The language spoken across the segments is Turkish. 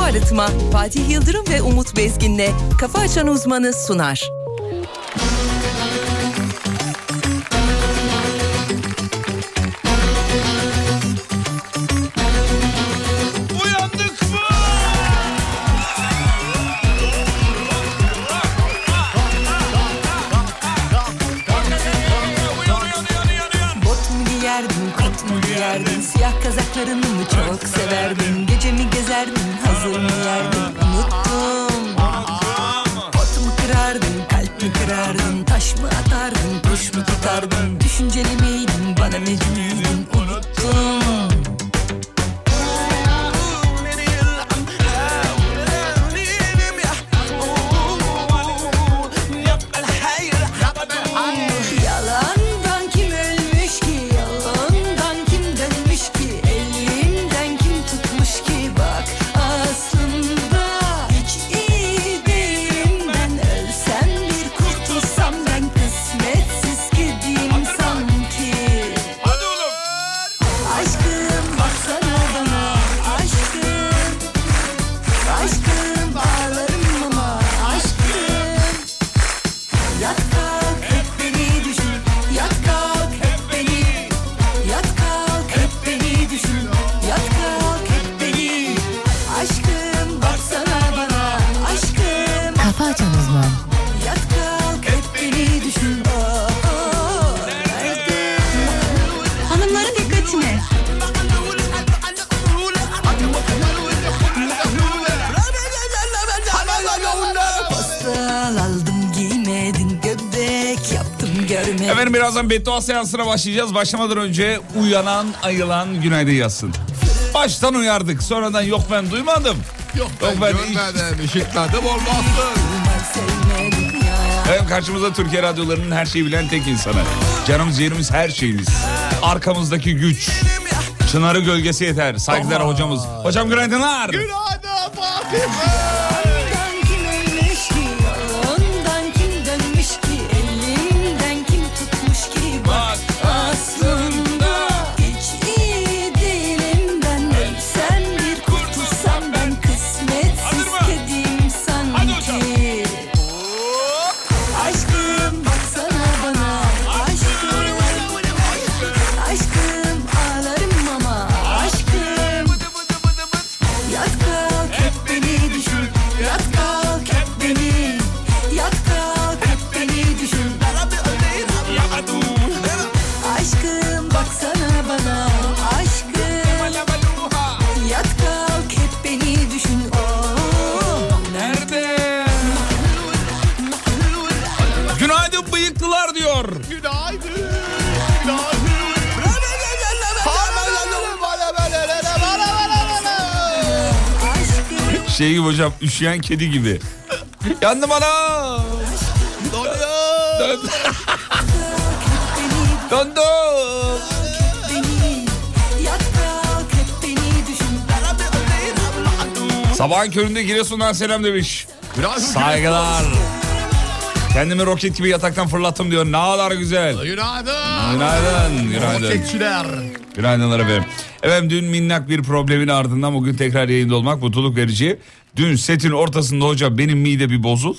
Arıtma Fatih Yıldırım ve Umut Bezgin'le Kafa Açan Uzmanı sunar. Uyandık mı? Uyan, uyan, uyan, uyan, uyan. Bot mu giyerdin, kot mu giyerdin? Siyah kazaklarını mı çok severdin? Gece mi gezerdin, hazır mı yerdin? Unuttum. Bot mu kırardın, kalp mi kırardın? Taş mı atardın, kuş mu tutardın? Düşünceli miydin, bana mecnuydun? Unuttum. Yalandan kim ölmüş ki yalandan kim dönmüş ki elimden kim tutmuş ki bak aslında hiç iyi değilim ben ölsem bir kurtulsam ben kısmetsiz kediyim sanki Hadi oğlum. aşkım baksana bana aşkım aşkım ağlarım ama aşkım Yat kalk hep beni düşün Yat kalk hep beni Yat kalk hep beni düşün Yat kalk hep beni Aşkım baksana bana Aşkım Kafa Açan Uzman. yat kalk hep beni düşün Oh, oh, nerede? Hanımların dikkatine. Postal aldım giymedin Göbek yaptım görmedin Efendim birazdan beddua seansına başlayacağız. Başlamadan önce uyanan ayılan günaydın yazsın. Baştan uyardık. Sonradan yok ben duymadım. Yok ben, ben görmedim, işitmedim olmazdı. Sevmedim ya Efendim karşımızda Türkiye radyolarının her şeyi bilen tek insanı. Canımız yerimiz her şeyimiz. Arkamızdaki güç. Çınarı gölgesi yeter. Saygılar hocamız. Hocam günaydınlar. Günaydın Fatih Ondan kim ölmüş ki Ondan kim dönmüş ki Elimden kim tutmuş ki Bak aslında Hiç iyi değilim ben Ölsem bir kurtulsam ben Kısmetsiz Hazır mı? kedim Hadi hocam. sanki Aşkım baksana bana Aşkım Aşkım ağlarım ama Aşkım Yat kalk hep beni düşün Yat kalk hep beni Yat kalk hep beni düşün Aşkım baksana bana Aşkım Yat kalk hep beni düşün Oh, Oo, Nerede? Günaydın bıyıklılar diyor. Günaydın. Günaydın. Aşkım Şey gibi hocam üşüyen kedi gibi. Yandım ana. Döndüm. Döndüm. beni Yat kalk hep beni düşün Sabahın köründe Giresun'dan selam demiş. Günaydın. Saygılar. Kendimi roket gibi yataktan fırlattım diyor. Ne kadar güzel. Günaydın. Günaydın. Günaydın. Roketçiler. Günaydınlar efendim. Efendim dün minnak bir problemin ardından bugün tekrar yayında olmak mutluluk verici. Dün setin ortasında hoca benim mide bir bozul.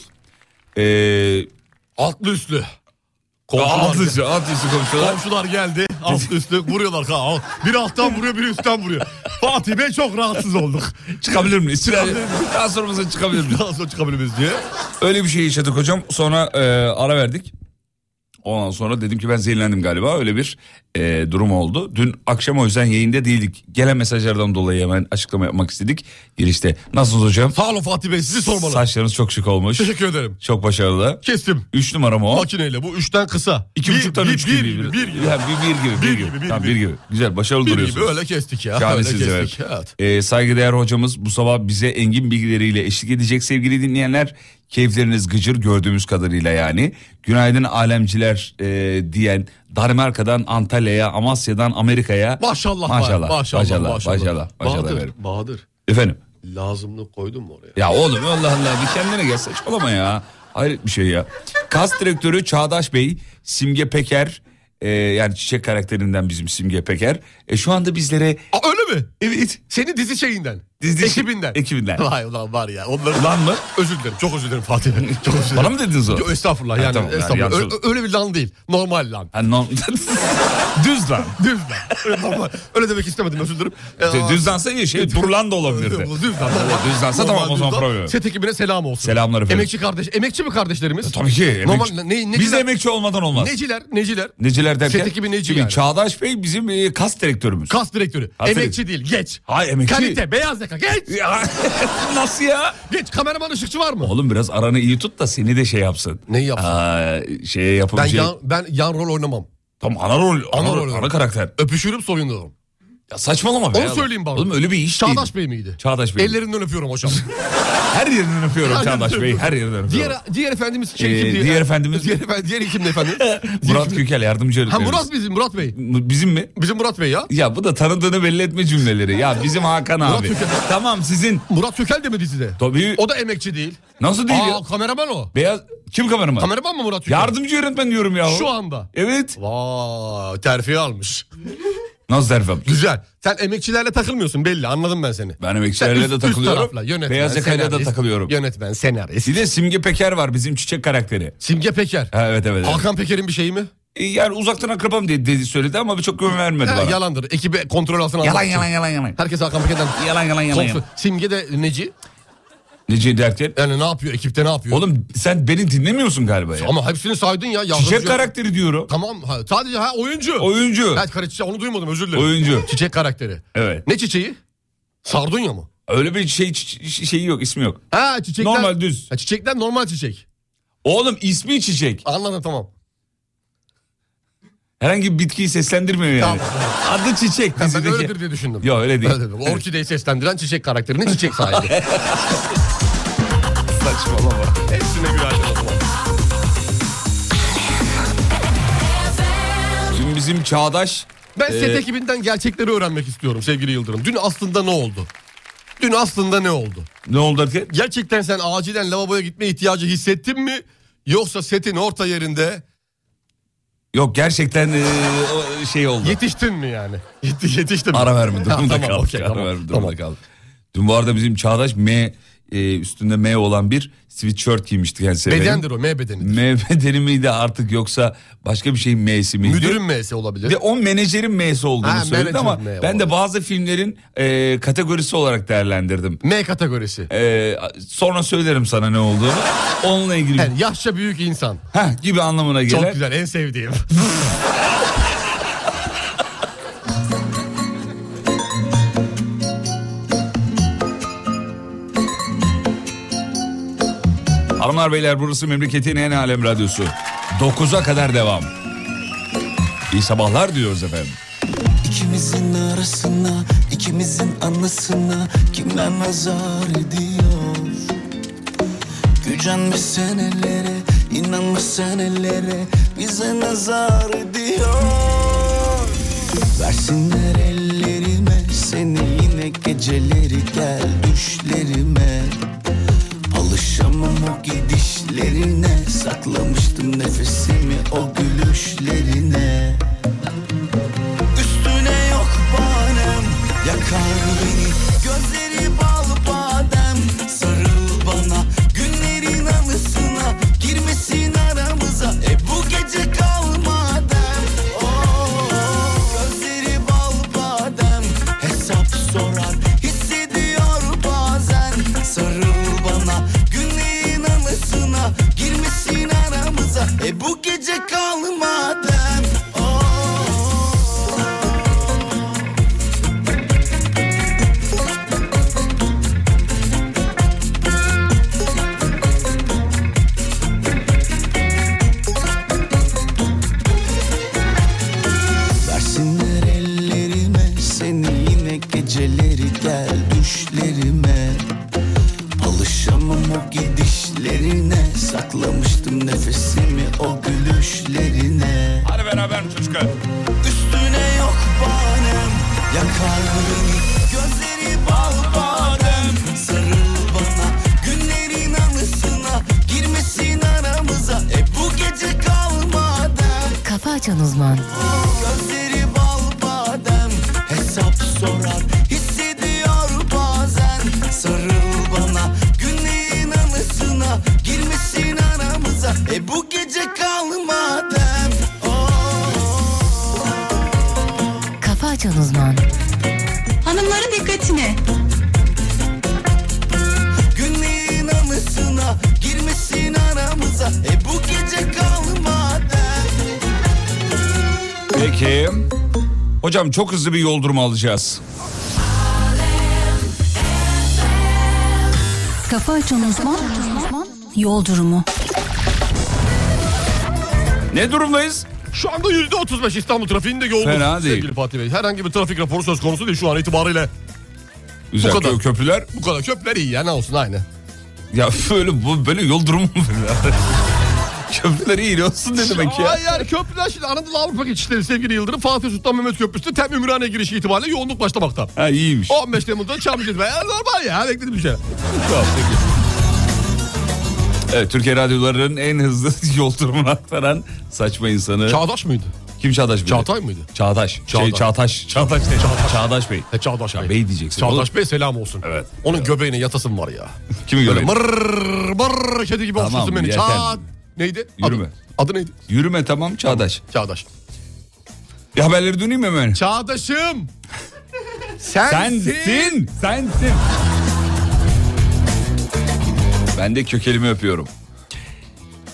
Ee, Altlı üstlü. alt üstü, alt üstü konuşuyorlar. Komşular geldi. Altlı üstlü vuruyorlar. Ha, al. Biri alttan vuruyor biri üstten vuruyor. Fatih Bey çok rahatsız olduk. Çıkabilir miyiz? Daha sonra masa çıkabilir miyiz? Daha sonra çıkabiliriz diye. Öyle bir şey yaşadık hocam. Sonra e, ara verdik. Ondan sonra dedim ki ben zehirlendim galiba. Öyle bir e, durum oldu. Dün akşam o yüzden yayında değildik. Gelen mesajlardan dolayı hemen açıklama yapmak istedik. Girişte nasılsınız hocam? Sağ olun Fatih Bey sizi sormalı. Saçlarınız çok şık olmuş. Teşekkür ederim. Çok başarılı. Kestim. Üç numara mı o? Makineyle bu üçten kısa. İki Bir- buçuktan bir- üç bir gibi. gibi, bir gibi. Ha, bir, bir gibi. Bir, Bir gibi. gibi, bir Tamam, bir gibi. gibi. Güzel başarılı Bir duruyorsunuz. gibi öyle kestik ya. Şahanesiniz öyle evet. kestik. Evet. Ee, saygıdeğer hocamız bu sabah bize engin bilgileriyle eşlik edecek sevgili dinleyenler. Keyifleriniz gıcır gördüğümüz kadarıyla yani. Günaydın alemciler e, diyen Danimarka'dan Antalya'ya, Amasya'dan Amerika'ya. Maşallah. Maşallah. Maşallah. Maşallah. Maşallah. Maşallah. Bahadır, efendim. Bahadır. Efendim. Lazımlık koydun mu oraya? Ya oğlum Allah Allah bir kendine gel saçmalama ya. Hayret bir şey ya. Kas direktörü Çağdaş Bey, Simge Peker e, yani çiçek karakterinden bizim Simge Peker. E, şu anda bizlere Aa, öyle mi? mi? E, Evet. Senin dizi şeyinden. Dizi- şey- ekibinden. Ekibinden. Vay ulan var ya. Onların... Lan mı? Özür dilerim. Çok özür dilerim Fatih Bey. Çok özür dilerim. Bana mı dediniz o? Yo, estağfurullah Ha, yani. tamam, yani estağfurullah. yanlış Öyle, oldu. öyle bir lan değil. Normal lan. Ha, non- Düz lan. Düz lan. Öyle, normal. öyle demek istemedim özür dilerim. Şey, Düz dansa iyi şey. Dur lan da olabilirdi. Düz lan. Düz dansa tamam o düz zaman lan. problem. yok. Set ekibine selam olsun. Selamlar efendim. E, Emekçi kardeş. Emekçi mi kardeşlerimiz? Tabii ki. Emekçi. Normal, ne, ne, Biz de neciler- emekçi olmadan olmaz. Neciler, neciler. Neciler derken? Set ekibi neci Şimdi yani. Çağdaş Bey bizim e, kas direktörümüz. Kas direktörü. Aferin. Emekçi değil geç. Hayır, emekçi. Kalite beyaz yaka geç. Ya, Nasıl ya? Geç kameraman ışıkçı var mı? Oğlum biraz aranı iyi tut da seni de şey yapsın. Neyi yapsın? Aa, şeye yapın Ben şey. yan, ben yan rol oynamam. Tam ana rol. Ana, Ana rol, rol. ana karakter. Öpüşürüm soyunurum. Ya saçmalama be. Onu ya. söyleyeyim bari. Oğlum öyle bir iş değil. Çağdaş Bey miydi? Çağdaş Bey. Ellerinden öpüyorum hocam. Her yerinden öpüyorum Her Çağdaş yerinden Bey. öpüyorum. Her yerinden öpüyorum. diğer diğer efendimiz şey Ee, kimdi? diğer efendimiz- Diğer, efendim, diğer kimdi efendim? Murat Kökel yardımcı Ha öğretmenimiz. Murat bizim Murat Bey. Bizim mi? Bizim Murat Bey ya. Ya bu da tanıdığını belli etme cümleleri. Ya bizim Hakan abi. Kökel. tamam sizin. Murat Kökel de mi dizide? Tabii. O da emekçi değil. Nasıl değil Aa ya? kameraman o. Beyaz. Kim kameraman? Kameraman mı Murat Kökel? Yardımcı öğretmen diyorum ya. Şu anda. Evet. Vay terfi almış. Nasıl derfem? Güzel. Sen emekçilerle takılmıyorsun belli anladım ben seni. Ben emekçilerle Sen üst- de üst takılıyorum. tarafla, yönetmen, Beyaz yakayla da senarist, takılıyorum. Yönetmen, senarist. E, Bir de Simge Peker var bizim çiçek karakteri. Simge Peker. Ha, evet evet. evet. Hakan Peker'in bir şeyi mi? E, Yani uzaktan akrabam dedi, dedi söyledi ama çok güven vermedi Ha, bana. Yalan yalandır. Ekibi kontrol altına almak yalan için. yalan yalan yalan. Herkes Hakan Peker'den Yalan yalan yalan. korksun. yalan. Simge de neci? Nece derken? Yani ne yapıyor? Ekipte ne yapıyor? Oğlum sen beni dinlemiyorsun galiba ya. Ama hepsini saydın ya. yardımcı- Çiçek karakteri diyorum. Tamam. Ha, sadece ha oyuncu. Oyuncu. Evet kara çiçeği onu duymadım özür dilerim. Oyuncu. Çiçek karakteri. Evet. Ne çiçeği? Sardunya mı? Öyle bir şey çi- çi- şeyi yok ismi yok. Ha çiçekler. Normal düz. Ha, çiçekler normal çiçek. Oğlum ismi çiçek. Anladım tamam. Herhangi bir bitkiyi seslendirmiyor yani. Tamam. Adı çiçek Ben dizideki. öyledir diye düşündüm. Yok, öyle değil. dedim. Orkideyi seslendiren çiçek karakterinin çiçek sahibi. Saçmalama. Hepsine güvercin o zaman. Şimdi bizim Çağdaş Ben set Ee, ekibinden gerçekleri öğrenmek istiyorum sevgili Yıldırım. Dün aslında ne oldu? Dün aslında ne oldu? ne oldu ki? Gerçekten sen acilen lavaboya gitme ihtiyacı hissettin mi? Yoksa setin orta yerinde Yok gerçekten e, o şey oldu. yetiştin mi yani? Yeti, yetiştin mi? Ara verme Ha, durumunda tamam, kaldık. okey, ara tamam, verme durumunda tamam. kaldık. Dün bu arada bizim Çağdaş M e, üstünde M olan bir sweatshirt giymişti kendisi. Bedendir o M bedeni. M bedeni miydi artık yoksa başka bir şey şeyin M'si miydi? Müdürün M'si olabilir. Ve o menajerin M'si olduğunu Ha, söyledi menajer ama M ben de olabilir. bazı filmlerin e, kategorisi olarak değerlendirdim. M kategorisi. E, sonra söylerim sana ne olduğunu. Onunla ilgili Yani yaşça büyük insan. Heh, gibi anlamına Çok gelen. güzel en sevdiğim. Hanımlar beyler burası memleketin en alem radyosu. 9'a kadar devam. İyi sabahlar diyoruz efendim. İkimizin arasına, ikimizin anlasına kimler nazar ediyor? Gücenme sen ellere, inanma sen ellere bize nazar ediyor. Versinler ellerime seni yine geceleri gel düşlerime Alışamam o gidişlerine Saklamıştım nefesimi o gülüşlerine Üstüne yok banem Yakar beni Gözleri bal badem Sarıl bana Günlerin anısına Girmesin aramıza E bu gece kal madem Oo, Gözleri bal badem Hesap sorar Hissediyor bazen Sarıl bana Günlerin anısına Girmesin aramıza E bu gece kal madem Oh. Oo. Versinler ellerime seni yine geceleri gel düşlerime Alışamam o gidişlerine Saklamıştım nefesimi o gülüşlerine Hadi beraber çocuklar. Üstüne yok banem Yakar beni Gözleri bal badem Sarıl bana Günlerin anısına Girmesin aramıza E bu gece kalmadan Kafa Açan Uzman Gözleri bal badem Hesap sorar E Oh. E Hocam çok hızlı bir yol durumu alacağız. Kafa açan uzman, yol durumu. Ne durumdayız? Şu anda yüzde otuz beş İstanbul trafiğinde yoğunluk Fena sevgili değil. Fatih Bey. Herhangi bir trafik raporu söz konusu değil şu an itibariyle. Güzel kadar. kö- köprüler. Bu kadar köprüler iyi ya ne olsun aynı. Ya böyle bu böyle yol durumu mu? böyle? köprüler iyi olsun ne demek ya? Ay yani köprüler şimdi Anadolu Avrupa geçişleri sevgili Yıldırım Fatih Sultan Mehmet Köprüsü tem Ümraniye girişi itibariyle yoğunluk başlamakta. Ha iyiymiş. 15 Temmuz'da Çam gitme. Ya normal ya bekledim bir şey. Tamam, peki. Evet, Türkiye radyolarının en hızlı yol durumunu aktaran saçma insanı. Çağdaş mıydı? Kim Çağdaş Bey? Çağatay mıydı? Çağdaş. Şey, Çağdaş. Çağtaş. Çağdaş. Çağdaş. Çağdaş Bey. He Çağdaş Bey. bey diyeceksin oğlum. Çağdaş Bey selam olsun. Evet. Onun göbeğine yatasın var ya. Kimi Böyle görelim? mırrrr mırrrr kedi gibi Tamam, okşasın beni. yeter. Çağ... Neydi? Yürüme. Adı, adı neydi? Yürüme tamam Çağdaş. Çağdaş. Bir haberleri döneyim mi hemen? Çağdaş'ım. Sensin. Sensin. Sensin. Ben de kökelimi öpüyorum.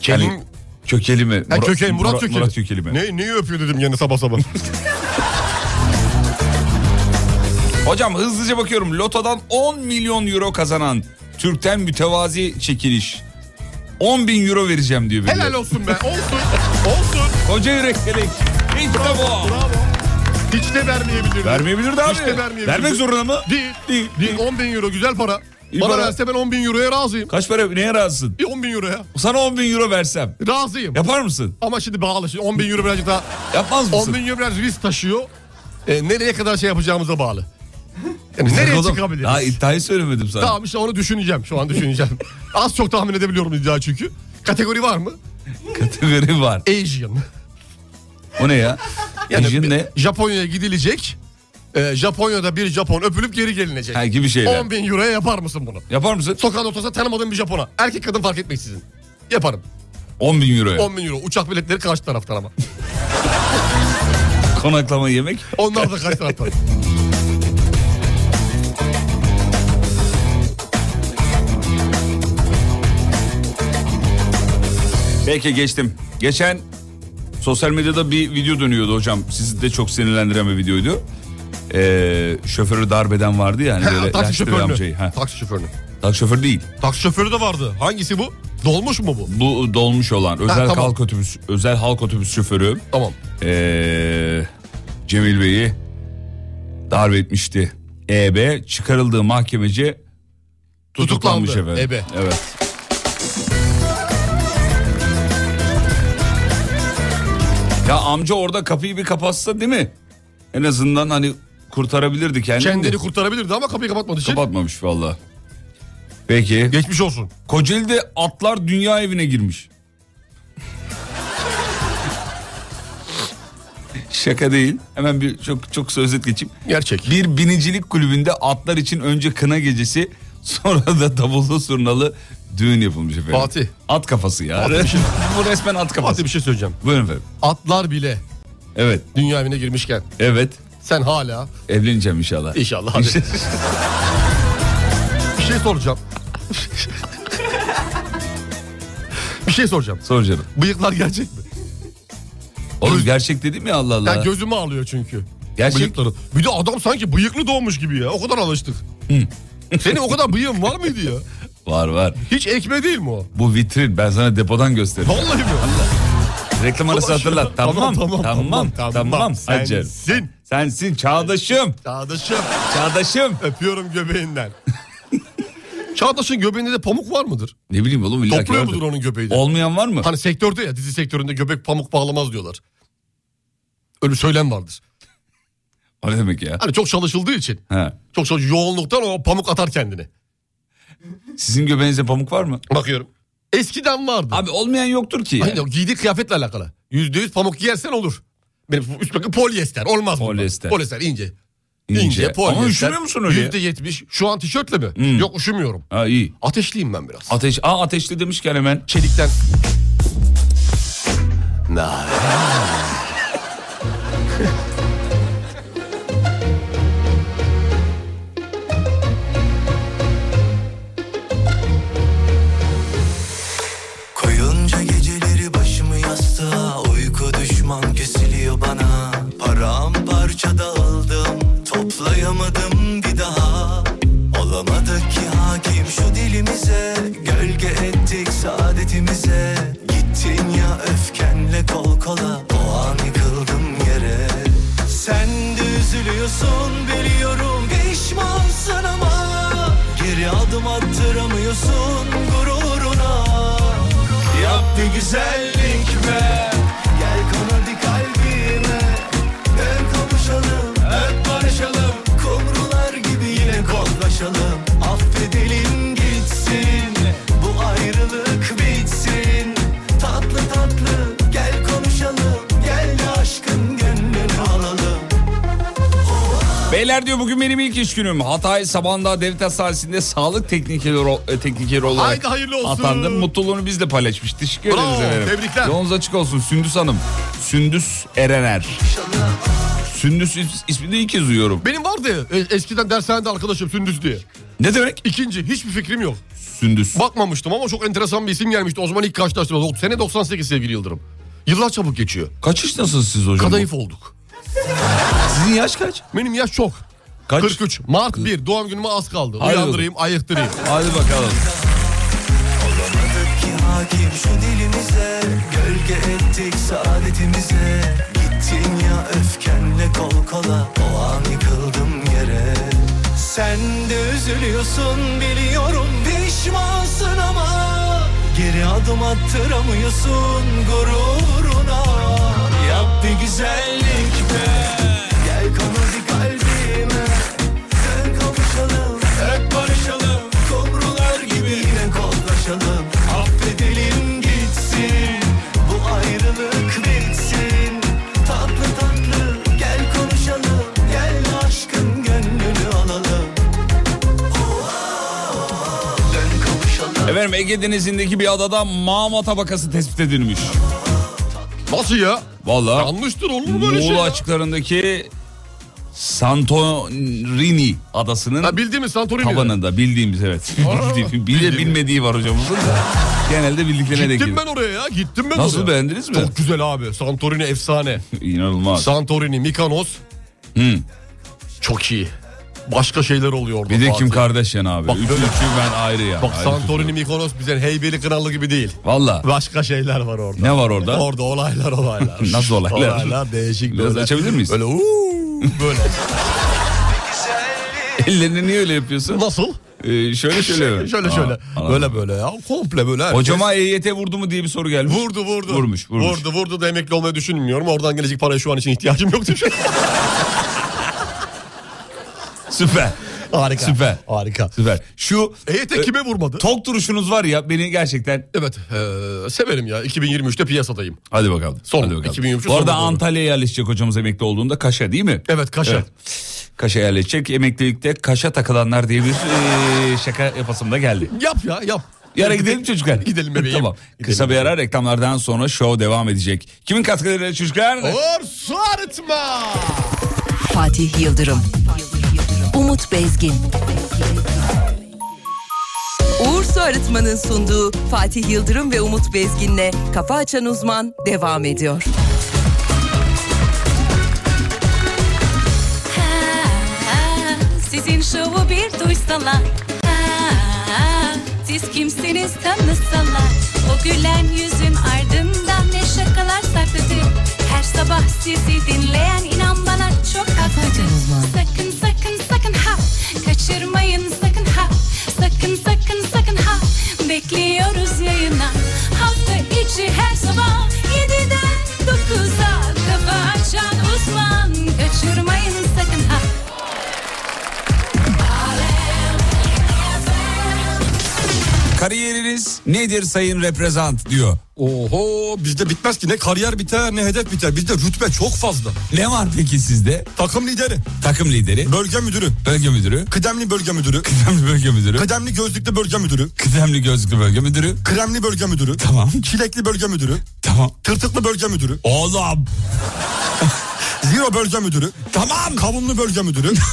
Kelim- Yani kökelimi. Murat, Ha, Kökeli, Murat, Kökeli. Murat kökelimi. Ne, neyi öpüyor dedim yani sabah sabah. Hocam hızlıca bakıyorum. Lotodan 10 milyon euro kazanan Türk'ten mütevazi çekiliş. 10 bin euro vereceğim diyor. birileri. Helal olsun be. Olsun. Olsun. Koca yürek felek. İşte bu. Bravo. Hiç de vermeyebilirdi. Vermeyebilirdi abi. Hiç de vermeyebilirdi. Vermek zorunda mı? Değil. Değil. Değil. 10 bin euro güzel para. İyi Bana para. verse ben 10 bin euroya razıyım. Kaç para neye razısın? Bir 10 bin euroya. Sana 10 bin euro versem. Razıyım. Yapar mısın? Ama şimdi bağlı. Şimdi 10 bin euro birazcık daha... Yapmaz 10 mısın? bin euro biraz risk taşıyor. E, nereye kadar şey yapacağımıza bağlı. Yani Bak nereye oğlum, çıkabiliriz? Daha iddiayı söylemedim sana. Tamam işte onu düşüneceğim. Şu an düşüneceğim. Az çok tahmin edebiliyorum iddia çünkü. Kategori var mı? Kategori var. Asian. O ne ya? Yani bir- ne? Japonya'ya gidilecek. E, Japonya'da bir Japon öpülüp geri gelinecek. Ha, gibi şeyler. 10 bin euroya yapar mısın bunu? Yapar mısın? Sokağın ortasında tanımadığım bir Japon'a. Erkek kadın fark etmeksizin. Yaparım. 10 bin euro. 10 bin euro. Uçak biletleri karşı taraftan ama. Konaklama yemek. Onlar da karşı taraftan. Peki geçtim. Geçen sosyal medyada bir video dönüyordu hocam. Sizi de çok sinirlendiren bir videoydu. Ee, şoförü darbeden vardı ya. Hani böyle taksi yaşlı bir amcayı. şoförünü. Ha, Taksi şoförünü. taksi şoförü değil. Taksi şoförü de vardı. Hangisi bu? Dolmuş mu bu? Bu dolmuş olan özel tamam. halk otobüs özel halk otobüs şoförü Tamam. ee, Cemil Bey'i darp etmişti. EB çıkarıldığı mahkemece tutuklanmış Tutuklandı, efendim. EB. Evet. Ya amca orada kapıyı bir kapatsa değil mi? En azından hani kurtarabilirdi kendini. de. Kendini kurtarabilirdi ama kapıyı kapatmadığı için. Kapatmamış valla. Peki. Geçmiş olsun. Kocaeli'de atlar dünya evine girmiş. Şaka değil. Hemen bir çok çok kısa özet geçeyim. Gerçek. Bir binicilik kulübünde atlar için önce kına gecesi sonra da davullu zurnalı düğün yapılmış efendim. Fatih. At kafası ya. Fatih bir şey- Bu resmen at kafası. Fatih bir şey söyleyeceğim. Buyurun efendim. Atlar bile Evet, dünya evine girmişken evet. sen hala Evleneceğim inşallah. İnşallah, hadi. bir şey soracağım. bir şey soracağım. Sor canım. Bıyıklar gerçek mi? Oğlum Göz- gerçek dedim ya Allah Allah. Ya gözümü ağlıyor çünkü. Gerçek. Bıyıkları. Bir de adam sanki bıyıklı doğmuş gibi ya. O kadar alıştık. Senin o kadar bıyığın var mıydı ya? Var var. Hiç ekme değil mi o? Bu vitrin ben sana depodan gösteririm. Vallahi mi? Reklam arası hatırlat. Tamam tamam tamam. Tamam, Hacer. Sensin. Sensin çağdaşım. Çağdaşım Çağdaşım. öpüyorum göbeğinden. Çağdaş'ın göbeğinde de pamuk var mıdır? Ne bileyim oğlum. illaki Topluyor vardır. mudur onun göbeği de? Olmayan var mı? Hani sektörde ya dizi sektöründe göbek pamuk bağlamaz diyorlar. Öyle bir söylem vardır. O ne demek ya? Hani çok çalışıldığı için. Ha. Çok çalış yoğunluktan o pamuk atar kendini. Sizin göbeğinizde pamuk var mı? Bakıyorum. Eskiden vardı. Abi olmayan yoktur ki. Aynen o giydiği kıyafetle alakalı. Yüzde yüz pamuk giyersen olur. Benim bu üst bakım polyester olmaz mı? Polyester. Polyester ince. İnce. İnce, Ama polyester. üşümüyor musun öyle? Hmm. ya? Yüzde yetmiş. Şu an tişörtle mi? Yok üşümüyorum. Ha iyi. Ateşliyim ben biraz. Ateş. Aa ateşli demişken hemen. Çelikten. Na. Koyunca geceleri başımı yastığa Uyku düşman kesiliyor bana Param parçada birbirimize Gölge ettik saadetimize Gittin ya öfkenle kol kola O an yıkıldım yere Sen de üzülüyorsun biliyorum Pişmansın ama Geri adım attıramıyorsun gururuna Yap bir güzellik be Gel konu di kalbime Dön kavuşalım öp barışalım Kumrular gibi yine kollaşalım Affedelim gitsin Bu ayrılık bitsin Tatlı tatlı gel konuşalım Gel de aşkın gönlünü alalım Beyler diyor bugün benim ilk iş günüm. Hatay Sabandağ Devlet Hastanesi'nde sağlık teknikeri, ro- e, teknikeri olarak Haydi hayırlı olsun. atandım. Mutluluğunu biz de paylaşmıştık. Teşekkür Bravo, ederiz efendim. tebrikler. Yolunuz açık olsun Sündüs Hanım. Sündüs Erener. Sündüs is- ismini ilk kez duyuyorum. Benim vardı e, eskiden dershanede arkadaşım Sündüz diye. Ne demek? İkinci hiçbir fikrim yok. Sündüs. Bakmamıştım ama çok enteresan bir isim gelmişti. O zaman ilk karşılaştığımız. Sene 98 sevgili Yıldırım. Yıllar çabuk geçiyor. Kaç yaşındasınız siz hocam? Kadayıf olduk. Sizin yaş kaç? Benim yaş çok. Kaç? 43. Mart 1. Doğum günüme az kaldı. Hayır Uyandırayım, ayıktırayım. Hadi bakalım. Anladık ki hakim şu dilimize Gölge ettik saadetimize Gittin ya öfkenle kol kola O an yıkıldım yere Sen de üzülüyorsun biliyorum Pişmansın ama Geri adım attıramıyorsun gururuna Yap bir güzellik be Gel kanadı kalbime Dön kavuşalım Hep barışalım Kumrular gibi yine kollaşalım Affedelim gitsin Bu ayrılık bitsin Tatlı tatlı gel konuşalım Gel aşkın gönlünü alalım Dön kavuşalım Efendim Ege Denizi'ndeki bir adada mağma tabakası tespit edilmiş. Nasıl ya? Vallahi Yanlıştır olur mu böyle şey Muğla ya? açıklarındaki Santorini adasının Ha, bildiğimiz Santorini. tabanında bildiğimiz evet. Aa, Bildiği- Bile bildiğimiz. bilmediği var hocamızın da genelde bildiklerine denk Gittim ben gelir. oraya ya. Gittim ben Nasıl, oraya. beğendiniz mi? Çok güzel abi. Santorini efsane. İnanılmaz. Santorini, Mikanos. Çok iyi. Başka şeyler oluyor orada. bir de Fatih. Kim Kardashian abi. Bak Üçü, böyle- üçü ben ayrı ya. Bak Santorini, Mikonos bize Heybeli Kralı gibi değil. Valla Başka şeyler var orada. ne var orada? Orada olaylar olaylar. Nasıl olaylar? Olaylar değişik Biraz böyle. açabilir miyiz? Böyle uuu böyle. Ellerini niye öyle yapıyorsun? Nasıl? Ee, şöyle şöyle. şöyle Aa, şöyle. anladım. Böyle böyle ya. Komple böyle. herkes- Hocama EYT vurdu mu diye bir soru gelmiş. Vurdu vurdu. Vurmuş, vurmuş. Vurdu vurdu da emekli olmayı düşünmüyorum. Oradan gelecek paraya şu an için ihtiyacım yok. diye. Süper. Harika. Süper. Harika. Süper. Şu EYT e, kime vurmadı? tok duruşunuz var ya beni gerçekten Evet. eee, severim ya. 2023'te piyasadayım. Hadi bakalım. Son, Hadi bakalım. 2023 Bu arada sonu doğru. Antalya'ya yerleşecek hocamız emekli olduğunda Kaş'a değil mi? Evet Kaş'a. Kaş'a yerleşecek. Emeklilikte Kaş'a takılanlar diye bir eee, şaka yapasım da geldi. Yap ya yap. Yara gidelim çocuklar. Gidelim bebeğim. Tamam. Gidelim. Kısa bir ara reklamlardan sonra show devam edecek. Kimin katkılarıyla çocuklar? Orsu arıtma. Fatih Yıldırım Umut Bezgin Uğur Su Arıtma'nın sunduğu Fatih Yıldırım ve Umut Bezgin'le Kafa Açan Uzman devam ediyor. Ha, Sizin şovu bir duysalar Ha, Siz kimsiniz tanısalar O gülen yüzün ardından ne şakalar sakladı Her sabah sizi dinleyen inan bana çok haklı Sakın sakın sakın ha Kaçırmayın sakın ha Sakın sakın sakın ha Bekliyoruz yayına Hafta içi her sabah 7'den 9'a Kafa açan uzman Kaçırmayın sakın ha Kariyeriniz nedir sayın reprezent diyor. Oho bizde bitmez ki ne kariyer biter ne hedef biter. Bizde rütbe çok fazla. Ne var peki sizde? Takım lideri, Takım lideri, bölge müdürü, bölge müdürü, kıdemli bölge müdürü, kıdemli bölge müdürü, kıdemli gözlüklü bölge müdürü, kıdemli gözlüklü bölge müdürü. kremli bölge müdürü, Tamam. çilekli bölge müdürü, Tamam. tırtıklı bölge müdürü, Oğlum. zero bölge müdürü, Tamam. kavunlu bölge müdürü,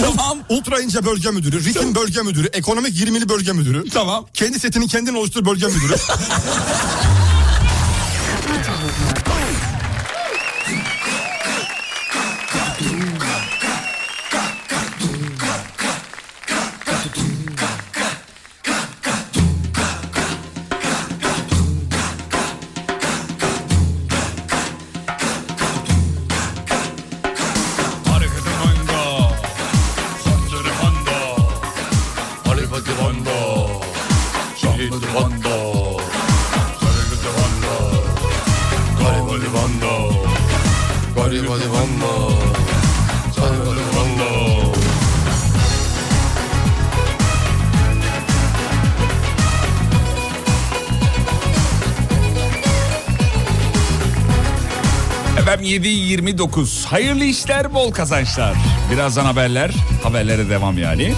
Tamam. ultra ince bölge müdürü, ritim bölge müdürü, ekonomik 20'li bölge müdürü, Tamam. kendi setini kendin oluştur bölge müdürü. Livando. Karagöz Livando. Gariba Livando. Gariba Livando. Gariba Livando. Efendim 7.29. Hayırlı işler, bol kazançlar. Birazdan haberler, haberlere devam yani.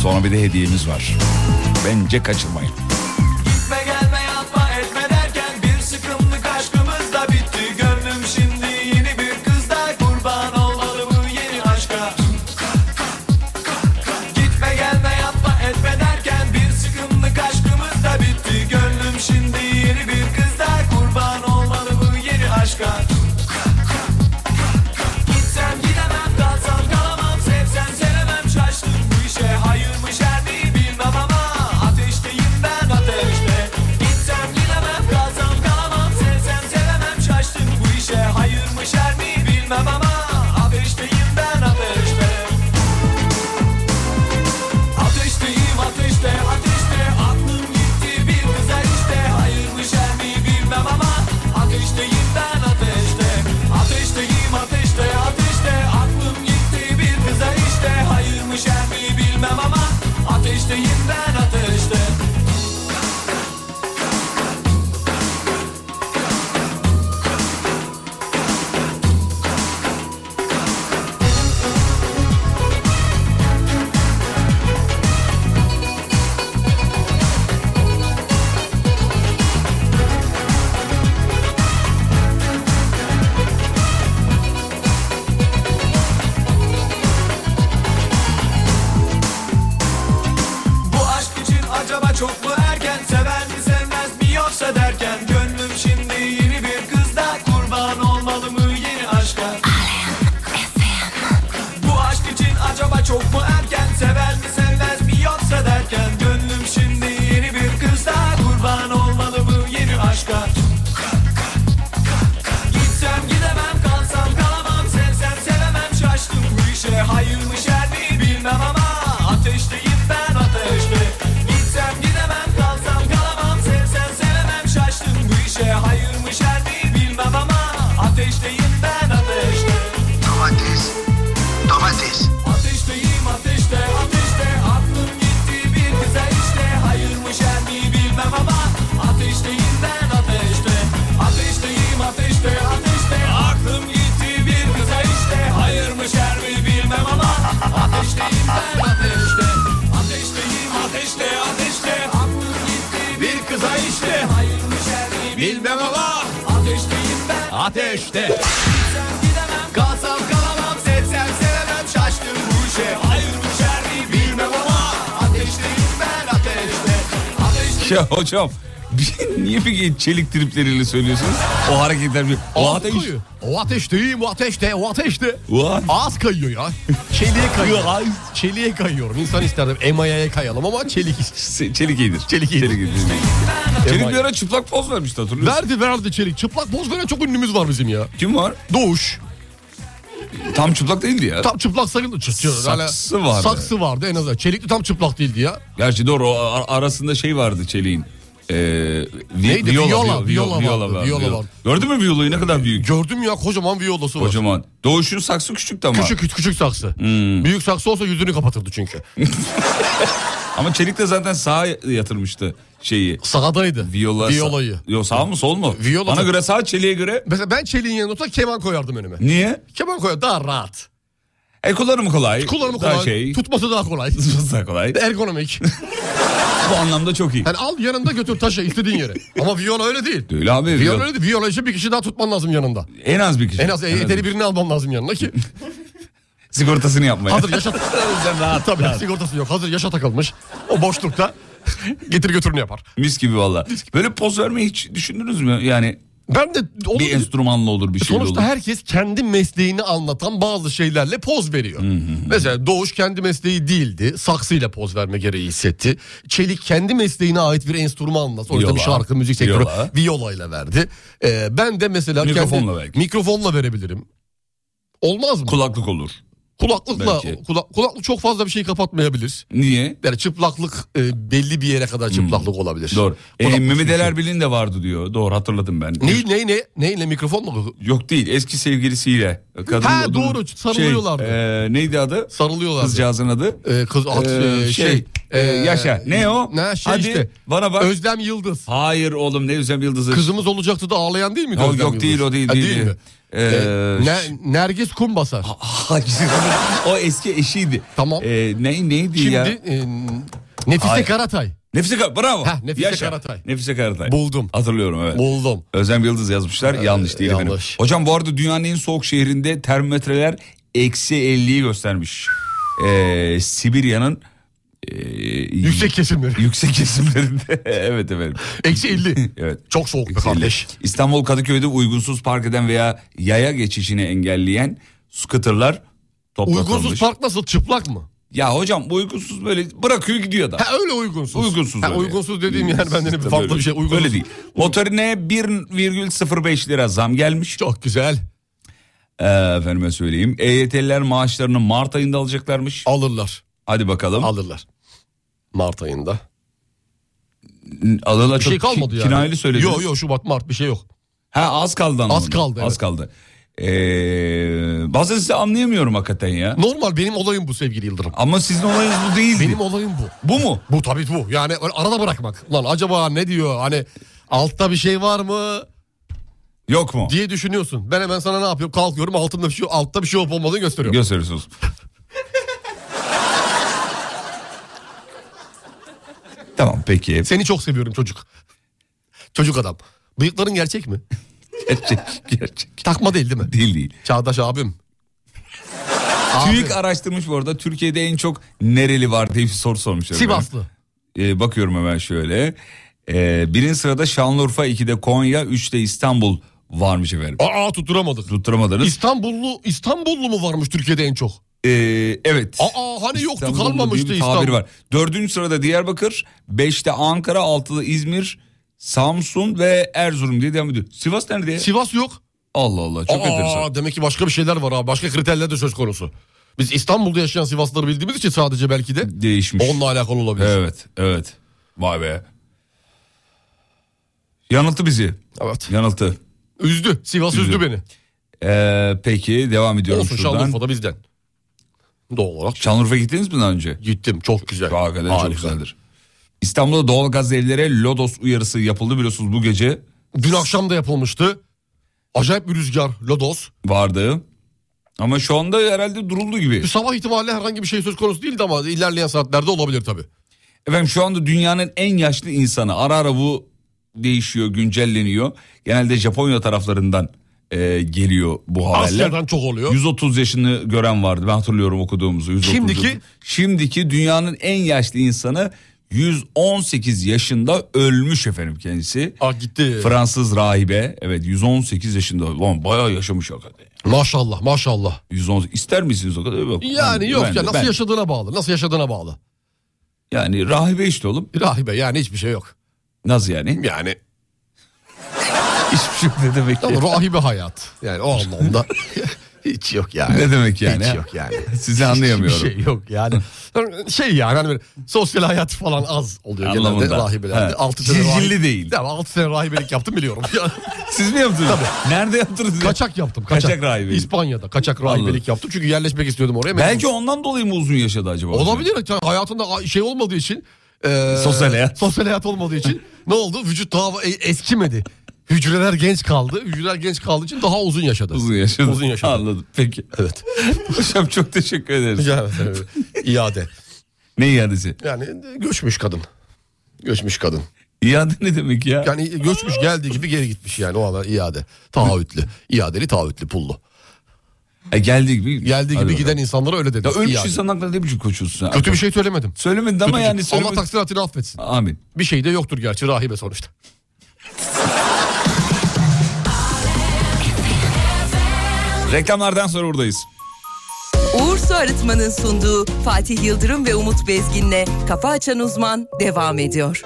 Sonra bir de hediyemiz var. Bence kaçırmayın. Gitme gelme yapma etme derken bir sıkımlık aşkımız da bitti Gönlüm şimdi yeni bir kızda kurban olmalı bu yeni aşka Gitme gelme yapma etme derken bir sıkımlık aşkımız da bitti Gönlüm şimdi yeni bir kızda kurban olmalı bu yeni aşka Gitsem gidemem kalsam kalamam sevsem sevemem şaştım bu işe hayırmış her mi bilmem ama ateşteyim ben ateşte Gitsem gidemem kalsam kalamam sevsem sevemem şaştım bu işe hayırmış her mi bilmem ama ateşteyim ben ateşte Ateşteyim ateşte ateşte aklım gitti bir kıza işte hayırmış her mi bilmem ama ateşteyim ben ateşte Ateşteyim ateşte ateşte aklım gitti bir kıza işte hayırmış her mi bilmem ama ateşteyim ben ateşte Bu aşk için acaba çok mu erken Sever mi sevmez mi yoksa derken Gönlüm şimdi yeni bir kızda Kurban olmalı mı yeni aşka Bu aşk için acaba çok mu erken Sever mi sevmez mi yoksa derken Gönlüm şimdi yeni bir kızda Kurban olmalı mı yeni aşka Gitsem gidemem kalsam kalamam Sevsem sevemem şaştım bu işe Hayırmış her mi bilmem ama Ateşteyim ben ateşte Gitsem gidemem kalsam kalamam Sevsem sevemem şaştım bu işe Hayırmış her mi bilmem ama Ateşteyim ben ateşte Domates. Domates. Ateşteyim ateşte ateşte Aklım gitti bir kıza işte Hayırmış her mi bilmem ama Ateşteyim ben ateşte Ateşteyim ateşte ateşte Aklım gitti bir kıza işte Hayırmış her mi bilmem ama Ateşteyim ben ateşte Ateşteyim ateşte ateşte Aklım gitti bir kıza işte Hayırmış her mi Bilmem ama Ateşteyim ben ateşte. Gidemem kalsam kalamam sevsem sevemem şaştım bu işe Hayır bu şer mi bilmem ama ateşteyim ben ateşte Ateşte Ya hocam niye peki çelik tripleriyle söylüyorsunuz? O hareketler bir... O ateş. kayıyor. O ateş değil, o ateş de, o ateş de. Ulan. Ağız kayıyor ya. Çeliğe kayıyor. Çeliğe kayıyor. İnsan isterdim emayaya kayalım ama çelik ister. Se- Çelik iyidir. Çelik iyidir. Çelik, Çelik bir ara çıplak poz vermişti hatırlıyorsun. Verdi verdi çelik. Çıplak boz veren çok ünlümüz var bizim ya. Kim var? Doğuş. Tam çıplak değildi ya. Tam çıplak sarıldı. Saksı vardı. Saksı vardı en azından. Çelikli tam çıplak değildi ya. Gerçi doğru o ar- arasında şey vardı çeliğin. Ee, vi- Neydi? Viola, viola vardı, vardı, viola viola. vardı. Ee, Gördün mü violayı ne kadar büyük? Gördüm ya kocaman violası var. Kocaman. Doğuş'un saksı küçüktü ama. Hmm. Küçük küçük, küçük saksı. Büyük saksı olsa yüzünü kapatırdı çünkü. Ama Çelik de zaten sağa yatırmıştı şeyi. Sağdaydı. Viola, Violayı. Yo sağ mı sol mu? Viola- Bana göre sağ çeliğe göre. Mesela ben çeliğin yanına olsa keman koyardım önüme. Niye? Keman koyar daha rahat. E kullanımı kolay. Kullanımı Daha kolay. Şey, Tutması daha kolay. tutması da kolay. Ergonomik. Bu anlamda çok iyi. Yani al yanında götür taşı istediğin yere. Ama Viola öyle değil. Öyle abi. Viola viola- öyle değil. Viola için bir kişi daha tutman lazım yanında. En az bir kişi. En az eğiteli birini alman lazım yanına ki. Sigortasını yapmaya. Hazır yaşa rahat. Tabii sigortası yok. Hazır yaşa takılmış. O boşlukta getir götürünü yapar. Mis gibi valla. Böyle poz vermeyi hiç düşündünüz mü? Yani Ben de onu Hani bir enstrümanla olur bir şey olur. Sonuçta herkes kendi mesleğini anlatan bazı şeylerle poz veriyor. Mesela Doğuş kendi mesleği değildi. Saksıyla poz verme gereği hissetti. Çelik kendi mesleğine ait bir enstrümanla. Sonuçta bir Viola. şarkı, müzik sektörü. Viola. Violayla verdi. Ee, ben de mesela Mikrofonla kendi, belki. mikrofonla verebilirim. Olmaz mı? Kulaklık olur. Kulaklıkla Belki. kula- kulaklık çok fazla bir şey kapatmayabilir. Niye? Yani çıplaklık e, belli bir yere kadar çıplaklık olabilir. Doğru. E, Kulaklık Mehmet çünkü. El Erbil'in de vardı diyor. Doğru hatırladım ben. Ne ne ne neyle mikrofon mu? Yok değil eski sevgilisiyle. Kadın Ha, odun- doğru, sarılıyorlardı. e, neydi adı? Sarılıyorlar. Kızcağızın adı. Ee, kız at- Ee, e, şey, şey, e, e, Yaşa. Ne o? Ne şey Hadi işte. bana bak. Özlem Yıldız. Hayır oğlum ne Özlem Yıldız'ı. Kızımız olacaktı da ağlayan değil mi? Yok, Özlem yok değil Yıldız? o değil. Ha, değil, mi? Ee, Ee, Ne- Nergis Kumbasar. Hayır. o eski eşiydi. Tamam. Ee, ne, neydi Şimdi ya? e, Nefise Hayır. Karatay. Nefise Karatay. Bravo. Heh, Nefise Karatay. Nefise Karatay. Buldum. Hatırlıyorum evet. Buldum. Ee, Özlem Yıldız yazmışlar. yanlış değil yanlış. efendim. Hocam bu arada dünyanın en soğuk şehrinde termometreler eksi 50'yi göstermiş. Ee, Sibirya'nın ee, Yüksek kesimleri. yüksek kesimlerinde. evet efendim. Eksi 50. Evet. Çok soğuk be Eksi 50. kardeş. İstanbul Kadıköy'de uygunsuz park eden veya yaya geçişini engelleyen scooterlar toplatılmış. Uygunsuz park nasıl çıplak mı? Ya hocam bu uygunsuz böyle bırakıyor gidiyor da. Ha öyle uygunsuz. Uygunsuz. Ha, öyle. uygunsuz dediğim yani benden Tabii bir farklı öyle. bir şey. Uygunsuz. Öyle değil. Motorine 1,05 lira zam gelmiş. Çok güzel. Ee, efendime söyleyeyim. EYT'liler maaşlarını Mart ayında alacaklarmış. Alırlar. Hadi bakalım. Alırlar. Mart ayında. Alala Bir şey kalmadı yani. Kinayeli söylediniz. Yok yok Şubat Mart bir şey yok. Ha az kaldı anlamında. kaldı, Az evet. kaldı. Ee, bazen sizi anlayamıyorum hakikaten ya. Normal benim olayım bu sevgili Yıldırım. Ama sizin olayınız bu değildi. Benim olayım bu. Bu mu? Bu tabii bu. Yani öyle arada bırakmak. Lan acaba ne diyor? Hani altta bir şey var mı Yok mu? diye düşünüyorsun. Ben hemen sana ne yapıyorum? Kalkıyorum altında bir şey altta bir şey olup olmadığını gösteriyorum. Gösteriyorsunuz. tamam peki. Seni çok seviyorum çocuk. Çocuk adam. Bıyıkların gerçek mi? Gerçek, gerçek. Takma değil değil mi? Değil değil. Çağdaş abim. Abi, TÜİK araştırmış bu arada Türkiye'de en çok nereli var diye bir soru sormuş. efendim. Sivaslı. Ee, bakıyorum hemen şöyle. Ee, birinci sırada Şanlıurfa, ikide Konya, üçte İstanbul varmış efendim. Aa tutturamadık. Tutturamadınız. İstanbullu İstanbullu mu varmış Türkiye'de en çok? Ee, evet. Aa hani yoktu İstanbul'da kalmamıştı diye bir tabir İstanbul. var. Dördüncü sırada Diyarbakır, beşte Ankara, altıda İzmir, Samsun ve Erzurum diye devam ediyor. Sivas nerede ya? Sivas yok. Allah Allah çok Aa enteresan. demek ki başka bir şeyler var abi. Başka kriterler de söz konusu. Biz İstanbul'da yaşayan Sivaslıları bildiğimiz için sadece belki de Değişmiş. onunla alakalı olabilir. Evet evet. Vay be. Yanılttı bizi. Evet. Yanılttı. Üzdü. Sivas üzdü, Üzdü. beni. Ee, peki devam ediyorum Olsun şuradan. Şanlıurfa'da bizden. Doğal olarak Şanlıurfa gittiniz mi daha önce? gittim. Çok güzel. Hakikaten çok Harika. güzeldir. İstanbul'da doğalgaz evlere lodos uyarısı yapıldı biliyorsunuz bu gece Dün akşam da yapılmıştı. Acayip bir rüzgar. Lodos. vardı. Ama şu anda herhalde duruldu gibi. Bir sabah itibariyle herhangi bir şey söz konusu değildi ama ilerleyen saatlerde olabilir tabii. Efendim şu anda dünyanın en yaşlı insanı ara ara bu değişiyor, güncelleniyor. Genelde Japonya taraflarından e, geliyor bu haberler. Asya'dan çok oluyor. 130 yaşını gören vardı. Ben hatırlıyorum okuduğumuzu. 130 Şimdiki? Şimdiki dünyanın en yaşlı insanı 118 yaşında ölmüş efendim kendisi. Ah gitti. Fransız rahibe. Evet 118 yaşında. Lan bayağı yaşamış hakikaten. maşallah maşallah. 110 ister misiniz o kadar? Yok. Yani Ben- yok ben ya de- nasıl ben- yaşadığına bağlı. Nasıl yaşadığına bağlı. Yani rahibe işte oğlum. Rahibe yani hiçbir şey yok. Nasıl yani? Yani Hiçbir şey yok ne demek ama ki? rahibe hayat. Yani o anlamda hiç yok yani. Ne demek yani? Hiç yok yani. Sizi anlayamıyorum. Hiçbir şey yok yani. şey yani hani böyle sosyal hayat falan az oluyor Anlamında. genelde rahibelerde. He. 6 sene Cilcilli rahi- değil. Tamam 6 sene rahibelik yaptım biliyorum. Yani Siz mi yaptınız? Nerede yaptınız? ya? kaçak yaptım. Kaçak, Kaçak rahibelik. İspanya'da kaçak rahibelik Anladım. yaptım. Çünkü yerleşmek istiyordum oraya. Belki ondan dolayı mı uzun yaşadı acaba? Olabilir. Tabii Hayatında şey olmadığı için. e, Sosyal hayat. Sosyal hayat olmadığı için ne oldu? Vücut daha e- eskimedi. Hücreler genç kaldı. Hücreler genç kaldığı için daha uzun yaşadı. Uzun yaşadı. Uzun yaşadı. Anladım. Peki. Evet. Hocam çok teşekkür ederiz. Rica ederim. İade. Ne iadesi? Yani göçmüş kadın. Göçmüş kadın. İade ne demek ya? Yani göçmüş geldiği gibi geri gitmiş yani o ana iade. Taahhütlü. İadeli taahhütlü pullu. E, geldiği gibi. Geldiği Hadi gibi bakalım. giden insanlara öyle dedi. Ya ölmüş İade. insanın aklına ne biçim koşuyorsun? sen? Kötü bir şey söylemedim. Söylemedin ama Kötü- yani Allah söylemedin. taksiratını affetsin. Amin. Bir şey de yoktur gerçi rahibe sonuçta. Reklamlardan sonra buradayız. Uğur Su Arıtma'nın sunduğu Fatih Yıldırım ve Umut Bezgin'le Kafa Açan Uzman devam ediyor.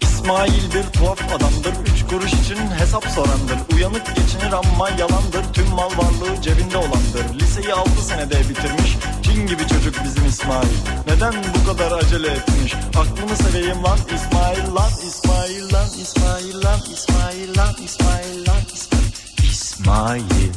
İsmail bir tuhaf adamdır Üç kuruş için hesap sorandır Uyanık geçinir ama yalandır Tüm mal varlığı cebinde olandır Liseyi altı senede bitirmiş Cin gibi çocuk bizim İsmail Neden bu kadar acele etmiş Aklını seveyim lan İsmail lan İsmail lan İsmail lan İsmail lan İsmail lan İsmail İsmail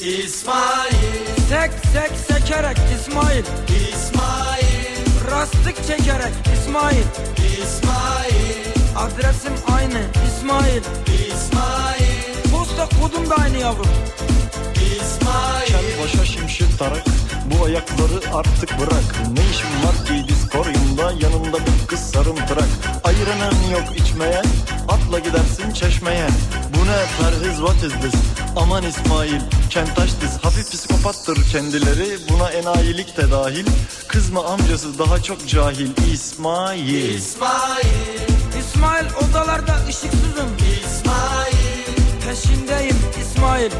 İsmail Sek sek sekerek İsmail İsmail Rastlık çekerek İsmail İsmail Adresim aynı İsmail İsmail Posta kodum da aynı yavrum İsmail Kel başa şimşir tarak Bu ayakları artık bırak Ne işin var ki diskoryumda Yanında bir kız sarımtırak Ayıranın yok içmeye Atla gidersin çeşmeye Bu ne perhiz what is this Aman İsmail kentaş diz Hafif psikopattır kendileri Buna enayilik de dahil Kızma amcası daha çok cahil İsmail İsmail İsmail odalarda ışıksızım İsmail Peşindeyim İsmail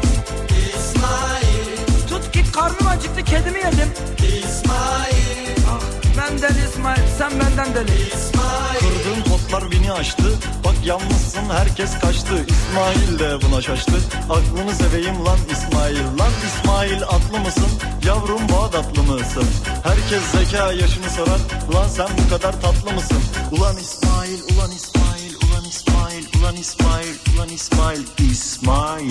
İsmail Tut git karnım acıktı kedimi yedim İsmail Ah ben deli İsmail sen benden deli İsmail Kırdığın kotlar beni aştı Bak yalnızsın herkes kaçtı İsmail de buna şaştı Aklını seveyim lan İsmail Lan İsmail atlı mısın? Yavrum Bağdatlı mısın? Herkes zeka yaşını sorar Lan sen bu kadar tatlı mısın? Ulan İsmail, ulan İsmail, ulan İsmail, ulan İsmail, ulan İsmail, İsmail.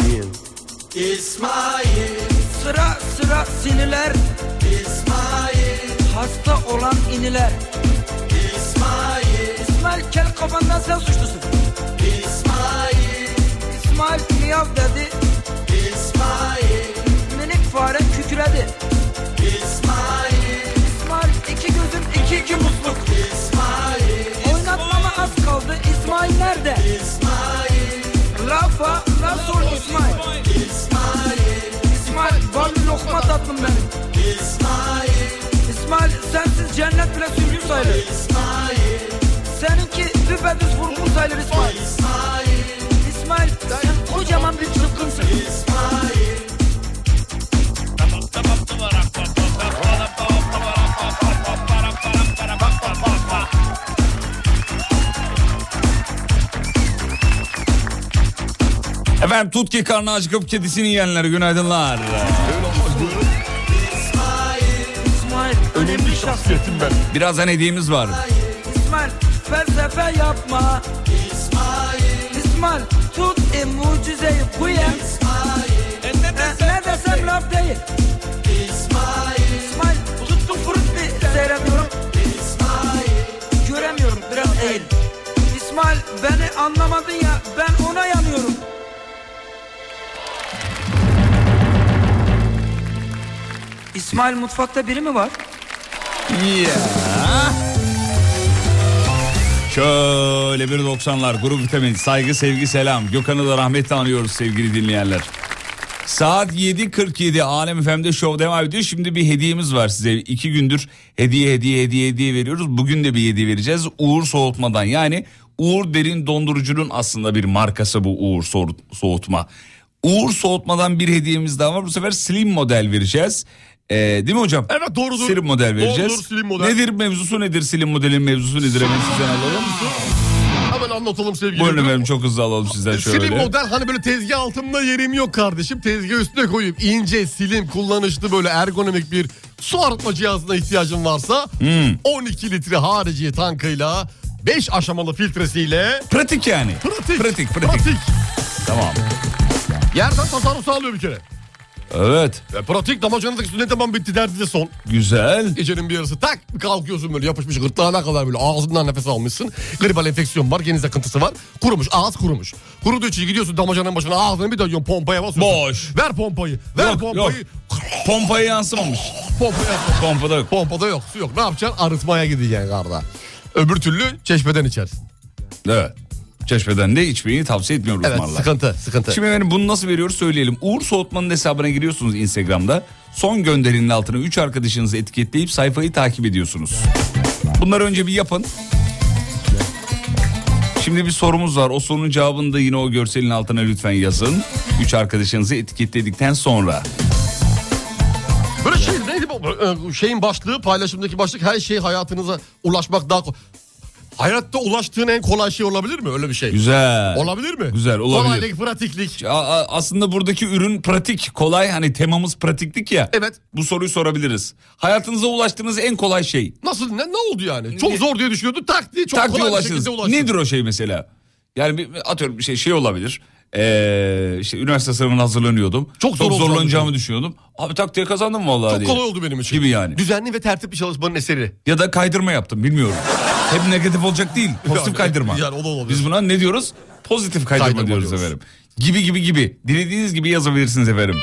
İsmail Sıra sıra siniler İsmail Hasta olan iniler İsmail İsmail kel kafandan sen suçlusun İsmail İsmail miyav dedi İsmail Minik fare kükredi İsmail İsmail iki gözüm iki iki musluk İsmail Oynatmama az kaldı İsmail nerede İsmail Rafa Rasul İsmail İsmail İsmail Vallahi lokma tatlım benim İsmail İsmail sensiz cennet bile sürgün sayılır İsmail Seninki düpedüz vurgun sayılır İsmail İsmail İsmail sen kocaman bir çılgınsın İsmail Efendim tut ki karnı acıkıp kedisini yiyenler günaydınlar. İsmail önemli şahsiyetim ben Birazdan hediyemiz var. İsmail felsefe yapma İsmail İsmail tut e mucizeyi bu ya İsmail e, ne, desem laf değil İsmail İsmail tuttu fırıt bir seyrediyorum İsmail Göremiyorum biraz eğil İsmail beni anlamadın ya ben ona yanıyorum İsmail mutfakta biri mi var? Yeah. Şöyle 1.90'lar grup vitamin saygı sevgi selam Gökhan'ı da rahmetle anıyoruz sevgili dinleyenler. Saat 7.47 Alem FM'de şov devam ediyor. Şimdi bir hediyemiz var size. İki gündür hediye hediye hediye hediye veriyoruz. Bugün de bir hediye vereceğiz. Uğur Soğutma'dan yani Uğur Derin Dondurucu'nun aslında bir markası bu Uğur Soğut- Soğutma. Uğur Soğutma'dan bir hediyemiz daha var. Bu sefer slim model vereceğiz. Ee, değil mi hocam? Evet, doğrudur. Slim model vereceğiz. Doğrudur, slim model. Nedir mevzusu nedir? Slim modelin mevzusu nedir? Hemen sizden alalım. Hemen anlatalım sevgili. Buyurun Ömür. efendim çok hızlı alalım sizden şöyle. Slim model hani böyle tezgah altında yerim yok kardeşim. Tezgah üstüne koyup ince, slim, kullanışlı böyle ergonomik bir su arıtma cihazına ihtiyacın varsa Hmm. 12 litre harici tankıyla 5 aşamalı filtresiyle Pratik yani. pratik. Pratik, pratik. Tamam. Yerden tasarruf sağlıyor bir kere. Evet. Ve pratik damacanındaki sünnet tamam bitti derdi de son. Güzel. Gecenin bir yarısı tak kalkıyorsun böyle yapışmış gırtlağına kadar böyle ağzından nefes almışsın. Gribal enfeksiyon var, geniz akıntısı var. Kurumuş, ağız kurumuş. Kuruduğu için gidiyorsun damacanın başına ağzını bir dönüyorsun pompaya basıyorsun. Boş. Ver pompayı, ver Yok, pompayı. yok. Pompaya yansımamış. Pompaya bas. Pompada yok. Pompada yok, su yok. Ne yapacaksın? Arıtmaya gideceksin karda. Öbür türlü çeşmeden içersin. Evet. Çeşmeden de içmeyi tavsiye etmiyoruz Evet, mallar. sıkıntı, sıkıntı. Şimdi efendim bunu nasıl veriyoruz söyleyelim. Uğur Soğutman'ın hesabına giriyorsunuz Instagram'da. Son gönderinin altına 3 arkadaşınızı etiketleyip sayfayı takip ediyorsunuz. Bunları önce bir yapın. Şimdi bir sorumuz var. O sorunun cevabını da yine o görselin altına lütfen yazın. 3 arkadaşınızı etiketledikten sonra. Böyle şey neydi bu? Ee, Şeyin başlığı, paylaşımdaki başlık her şey hayatınıza ulaşmak daha... ko- Hayatta ulaştığın en kolay şey olabilir mi öyle bir şey? Güzel. Olabilir mi? Güzel, olabilir. Kolaylık, pratiklik. A- a- Aslında buradaki ürün pratik, kolay. Hani temamız pratiklik ya. Evet. Bu soruyu sorabiliriz. Hayatınıza ulaştığınız en kolay şey. Nasıl ne, ne oldu yani? Çok zor diye düşünüyordun tak diye çok Tak diye kolay bir ulaştınız. şekilde ulaştın. Nedir o şey mesela? Yani bir, atıyorum bir şey şey olabilir. Ee, işte üniversite sınavına hazırlanıyordum. Çok zor olacağını zorlanacağımı düşünüyordum. Abi tak diye kazandım vallahi Çok diye. kolay oldu benim için. Gibi yani. Düzenli ve tertipli çalışmanın eseri. Ya da kaydırma yaptım bilmiyorum. Hep negatif olacak değil. Pozitif Yani, kaydırma. yani o da olabilir. Biz buna ne diyoruz? Pozitif kaydırma, Kaydırma diyoruz diyoruz. efendim. Gibi gibi gibi. Dilediğiniz gibi yazabilirsiniz efendim.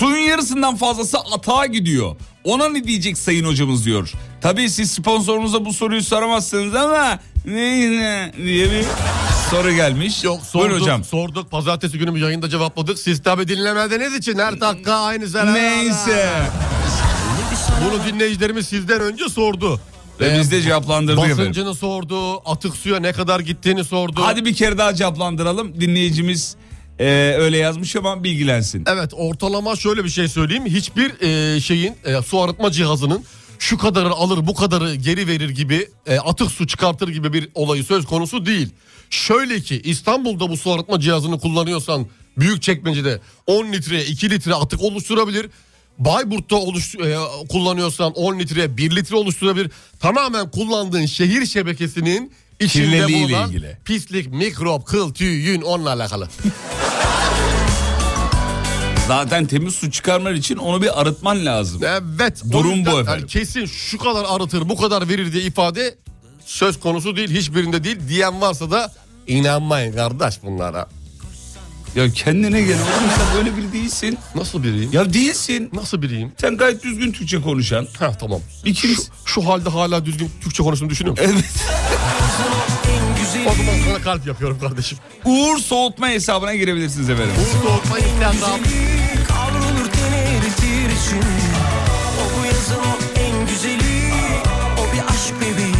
Suyun yarısından fazlası atağa gidiyor. Ona ne diyecek sayın hocamız diyor. Tabii siz sponsorunuza bu soruyu soramazsınız ama ne ne diye bir soru gelmiş. Yok sorduk, Buyurun hocam. sorduk. Pazartesi günü bir yayında cevapladık. Siz tabi dinlemediğiniz için her dakika aynı zarar. Neyse. Bunu dinleyicilerimiz sizden önce sordu. Ee, Ve biz de cevaplandırdık efendim. Basıncını sordu, atık suya ne kadar gittiğini sordu. Hadi bir kere daha cevaplandıralım. Dinleyicimiz e, öyle yazmış ama bilgilensin. Evet ortalama şöyle bir şey söyleyeyim. Hiçbir e, şeyin e, su arıtma cihazının şu kadarı alır bu kadarı geri verir gibi e, atık su çıkartır gibi bir olayı söz konusu değil. Şöyle ki İstanbul'da bu su arıtma cihazını kullanıyorsan büyük çekmecede 10 litreye 2 litre atık oluşturabilir. Bayburt'ta oluş, e, kullanıyorsan 10 litreye 1 litre oluşturabilir. Tamamen kullandığın şehir şebekesinin içinde Kirliliğiyle bulunan ilgili. pislik, mikrop, kıl, tüy, yün onunla alakalı. Zaten temiz su çıkarman için onu bir arıtman lazım. Evet. o Durum yüzden bu yani efendim. kesin şu kadar arıtır bu kadar verir diye ifade söz konusu değil. Hiçbirinde değil. Diyen varsa da inanmayın kardeş bunlara. Ya kendine gel oğlum sen böyle biri değilsin. Nasıl biriyim? Ya değilsin. Nasıl biriyim? Sen gayet düzgün Türkçe konuşan. Ha tamam. Şu, İkimiz. şu halde hala düzgün Türkçe konuştuğumu düşünüyor musun? Evet. O zaman sana kalp yapıyorum kardeşim. Uğur soğutma hesabına girebilirsiniz efendim. Bu soğutma ihtiyacım. Kavrulur tene eritir için O bu yazın o en güzeli O bir aşk bebeği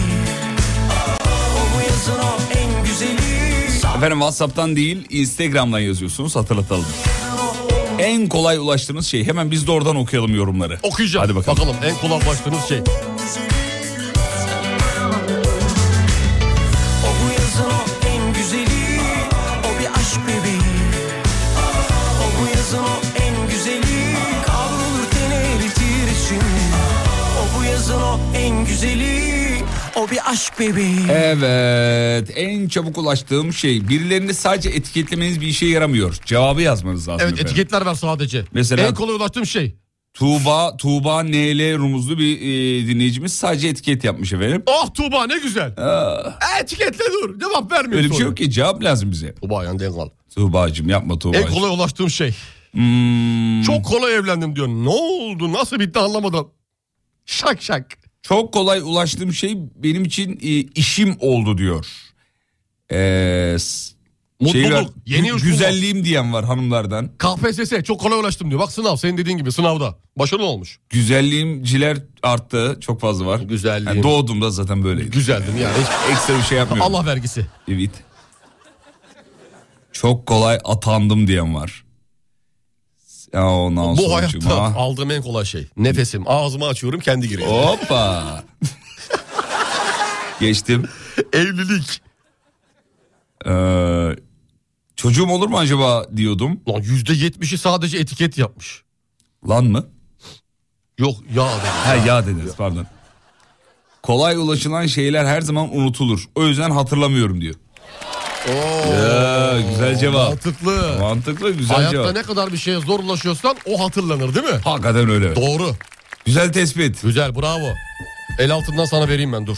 O bu yazın o en güzeli Efendim Whatsapp'tan değil Instagram'dan yazıyorsunuz hatırlatalım. En kolay ulaştığınız şey hemen biz de oradan okuyalım yorumları. Okuyacağım. Hadi bakalım. bakalım. En kolay başladığınız şey. O bu yazın o en güzeli O bir aşk bebeği O bu yazın o en güzeli Kavrulur tene eritir için O bu yazın o en güzeli O bir aşk bebeği Evet en çabuk ulaştığım şey birilerini sadece etiketlemeniz bir işe yaramıyor. Cevabı yazmanız lazım. Evet efendim. etiketler var sadece. Mesela- En kolay ulaştığım şey. Tuğba, Tuğba NL rumuzlu bir e, dinleyicimiz sadece etiket yapmış efendim. Oh Tuğba ne güzel. E, Etiketle dur. Cevap vermiyor. Öyle bir şey sonra. yok ki cevap lazım bize. Tuğba yandı en kal. Tuğba'cığım yapma En Tuğba'cığım. kolay ulaştığım şey. Hmm, Çok kolay evlendim diyor. Ne oldu? Nasıl bitti anlamadım. Şak şak. çok kolay ulaştığım şey benim için e, işim oldu diyor. Ee, s- Mutluluk, şey var, yeni gü- uçurum. güzelliğim diyen var hanımlardan. KPSS çok kolay ulaştım diyor. Bak sınav senin dediğin gibi sınavda. Başarılı olmuş. Güzelliğimciler arttı. Çok fazla var. Güzelliğim. Yani doğduğumda zaten böyleydi. Güzeldim yani. Hiç- Ekstra bir şey yapmıyorum. Allah vergisi. Evet. Çok kolay atandım diyen var. Ya ondan Bu sonra hayatta cuma. aldığım en kolay şey. Nefesim. Ağzımı açıyorum kendi giriyor. Hoppa. Geçtim. Evlilik. Ee, çocuğum olur mu acaba diyordum. Lan yüzde yetmişi sadece etiket yapmış. Lan mı? Yok ya dedim. Ha ya dediniz pardon. Kolay ulaşılan şeyler her zaman unutulur. O yüzden hatırlamıyorum diyor. Ya, güzel cevap. Mantıklı. Mantıklı güzel Hayatta cevap. ne kadar bir şeye zor ulaşıyorsan o hatırlanır değil mi? Hakikaten öyle. Doğru. güzel tespit. Güzel bravo. El altından sana vereyim ben dur.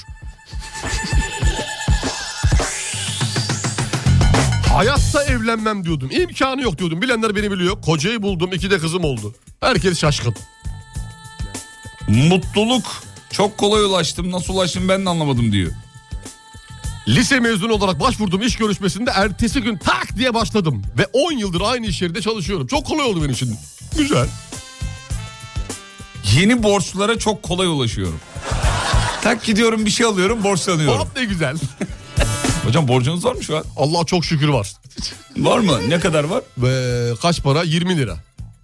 Hayatta evlenmem diyordum. İmkanı yok diyordum. Bilenler beni biliyor. Kocayı buldum. iki de kızım oldu. Herkes şaşkın. Mutluluk. Çok kolay ulaştım. Nasıl ulaştım ben de anlamadım diyor. Lise mezunu olarak başvurduğum iş görüşmesinde ertesi gün tak diye başladım. Ve 10 yıldır aynı iş yerinde çalışıyorum. Çok kolay oldu benim için. Güzel. Yeni borçlara çok kolay ulaşıyorum. tak gidiyorum bir şey alıyorum borçlanıyorum. Hop ne güzel. Hocam borcunuz var mı şu an? Allah çok şükür var. Var mı? Ne kadar var? Ve kaç para? 20 lira.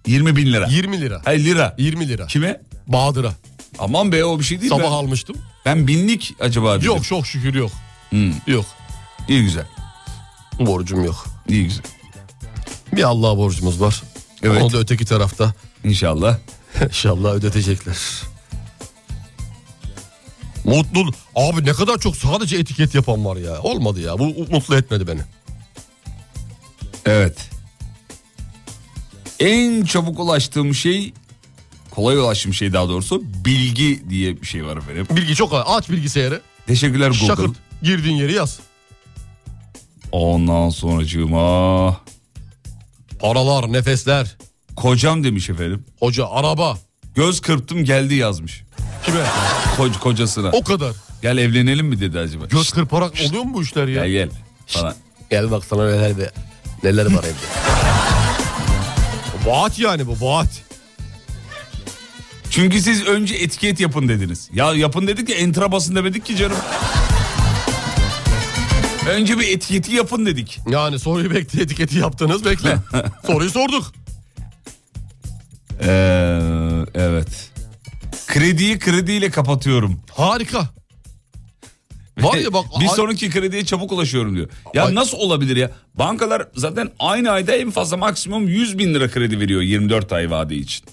20 bin lira. 20 lira. Hayır lira. 20 lira. Kime? Bahadır'a. Aman be o bir şey değil. Sabah ben, almıştım. ben binlik acaba dedim. Yok çok şükür yok. Yok. İyi güzel. Borcum yok. İyi güzel. Bir Allah'a borcumuz var. Evet. Onu da öteki tarafta. İnşallah. İnşallah ödetecekler. Mutlu. Abi ne kadar çok sadece etiket yapan var ya. Olmadı ya. Bu mutlu etmedi beni. Evet. En çabuk ulaştığım şey kolay ulaştığım şey daha doğrusu bilgi diye bir şey var efendim. Bilgi çok kolay. Aç bilgisayarı. Teşekkürler Google. Şakır girdiğin yeri yaz. Ondan sonracığıma Paralar, nefesler, kocam demiş efendim. hoca, araba. Göz kırptım geldi yazmış. Kime? Ko- kocasına. O kadar. Gel evlenelim mi dedi acaba. Göz Şşt, kırparak oluyor mu bu işler Gel ya? gel. Falan. Gel bak sana neler be. Neler var evde. Vaat yani bu vaat. Çünkü siz önce etiket yapın dediniz. Ya yapın dedik ya entra basın demedik ki canım. Önce bir etiketi yapın dedik. Yani soruyu bekle etiketi yaptınız bekle. soruyu sorduk. Ee, evet. Krediyi krediyle kapatıyorum. Harika. Var ya bak bir ay- sonraki krediye çabuk ulaşıyorum diyor. Ya Ay- nasıl olabilir ya? Bankalar zaten aynı ayda en fazla maksimum 100 bin lira kredi veriyor 24 ay vade için.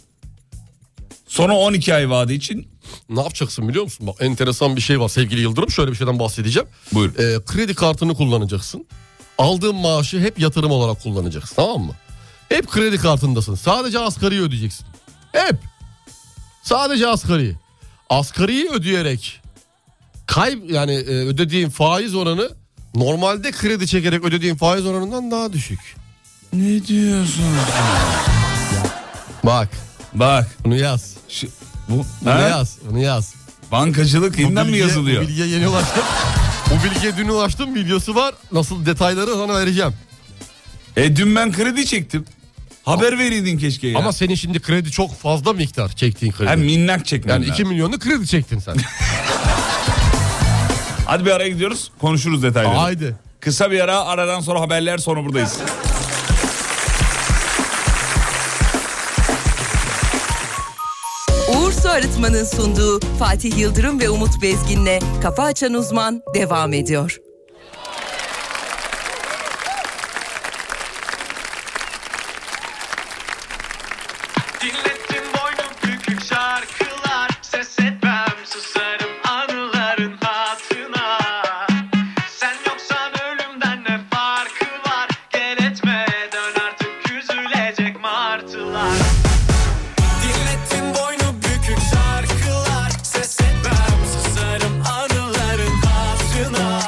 Sonra 12 ay vade için ne yapacaksın biliyor musun? Bak enteresan bir şey var sevgili Yıldırım. Şöyle bir şeyden bahsedeceğim. Buyur. Ee, kredi kartını kullanacaksın. Aldığın maaşı hep yatırım olarak kullanacaksın tamam mı? Hep kredi kartındasın. Sadece asgariyi ödeyeceksin. Hep. Sadece asgariyi. Asgariyi ödeyerek kay yani e, ödediğin faiz oranı normalde kredi çekerek ödediğin faiz oranından daha düşük. Ne diyorsun? Bak Bak bunu yaz. şu- bu Bunu Ha? yaz. Bunu yaz. bankacılık Bu yeniden mi bilgiye- yazılıyor? Bu bilgiye yeni ulaştım. bu bilgiye dün ulaştım. Videosu var. Nasıl detayları sana vereceğim. E dün ben kredi çektim. Haber veriydin keşke ya. Ama senin şimdi kredi çok fazla miktar çektiğin kredi. Ha, minnak çekmem yani lazım. 2 milyonlu kredi çektin sen. Hadi bir araya gidiyoruz konuşuruz detayları. Haydi. Kısa bir ara aradan sonra haberler sonra buradayız. Uğur Su Arıtma'nın sunduğu Fatih Yıldırım ve Umut Bezgin'le Kafa Açan Uzman devam ediyor. Dinlettim boynum bükük şarkılar Ses etmem susarım anıların hatına Sen yoksan ölümden ne farkı var Gel etme dön artık üzülecek martılar Dinlettim boynu bükük şarkılar Ses etmem susarım anıların hatırına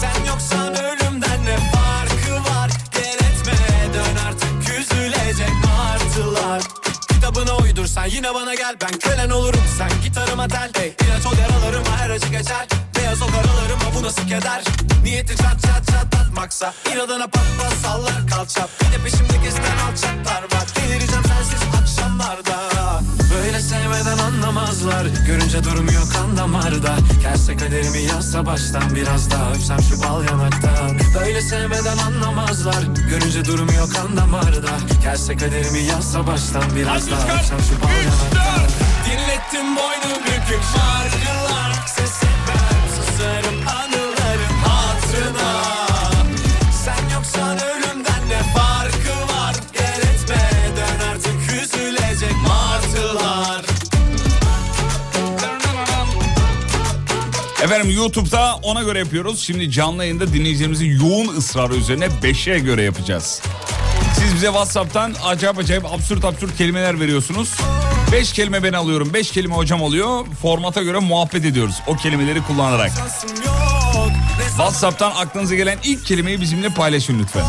Sen yoksan ölümden ne farkı var Gel etme dön artık üzülecek martılar Kitabını uydursan yine bana gel Ben kölen olurum sen gitarıma tel hey. İlaç ol yaralarıma her acı geçer Beyaz o karalarıma bu nasıl keder Niyeti çat çat çat atmaksa İnadına pat pat sallar kalça Bir de peşimde gezen alçaklar var Delireceğim sensiz akşamlarda Böyle sevmeden anlamazlar Görünce durmuyor kan damarda Kerse kaderimi yazsa baştan Biraz daha öpsem şu bal yanaktan Böyle sevmeden anlamazlar Görünce durmuyor kan damarda Kerse kaderimi yazsa baştan Biraz daha öpsem şu bal yanaktan Dinlettim boynu bükük şarkılar Ses etmem susarım anılarım hatırına sen yoksan ölümden ne farkı var? Gel etme dön artık üzülecek martılar. Efendim YouTube'da ona göre yapıyoruz. Şimdi canlı yayında dinleyicilerimizin yoğun ısrarı üzerine 5'e göre yapacağız. Siz bize WhatsApp'tan acayip acayip absürt absürt kelimeler veriyorsunuz. 5 kelime ben alıyorum, 5 kelime hocam alıyor. Formata göre muhabbet ediyoruz o kelimeleri kullanarak. Şansım yok. Ne WhatsApp'tan aklınıza gelen ilk kelimeyi bizimle paylaşın lütfen.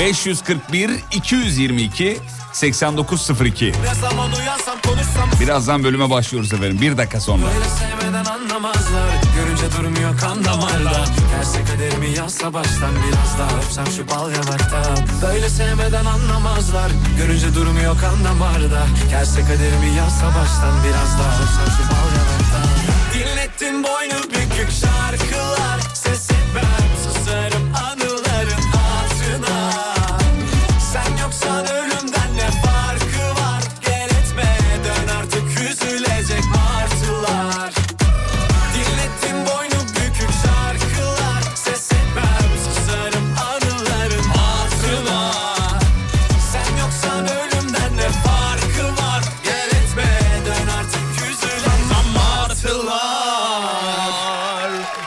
541 222 8902. ne zaman uyansam konuşsam Birazdan bölüme başlıyoruz efendim. Bir dakika sonra. Böyle sevmeden anlamazlar Görünce durmuyor kan damarda Gelse kaderimi yazsa baştan Biraz daha öpsem şu bal yanaktan Böyle sevmeden anlamazlar Görünce durmuyor kan damarda Gelse kaderimi yazsa baştan Biraz daha öpsem şu bal yanaktan Dinlettin boynu bükük şarkılar Ses etmem susarım anılarım Ah,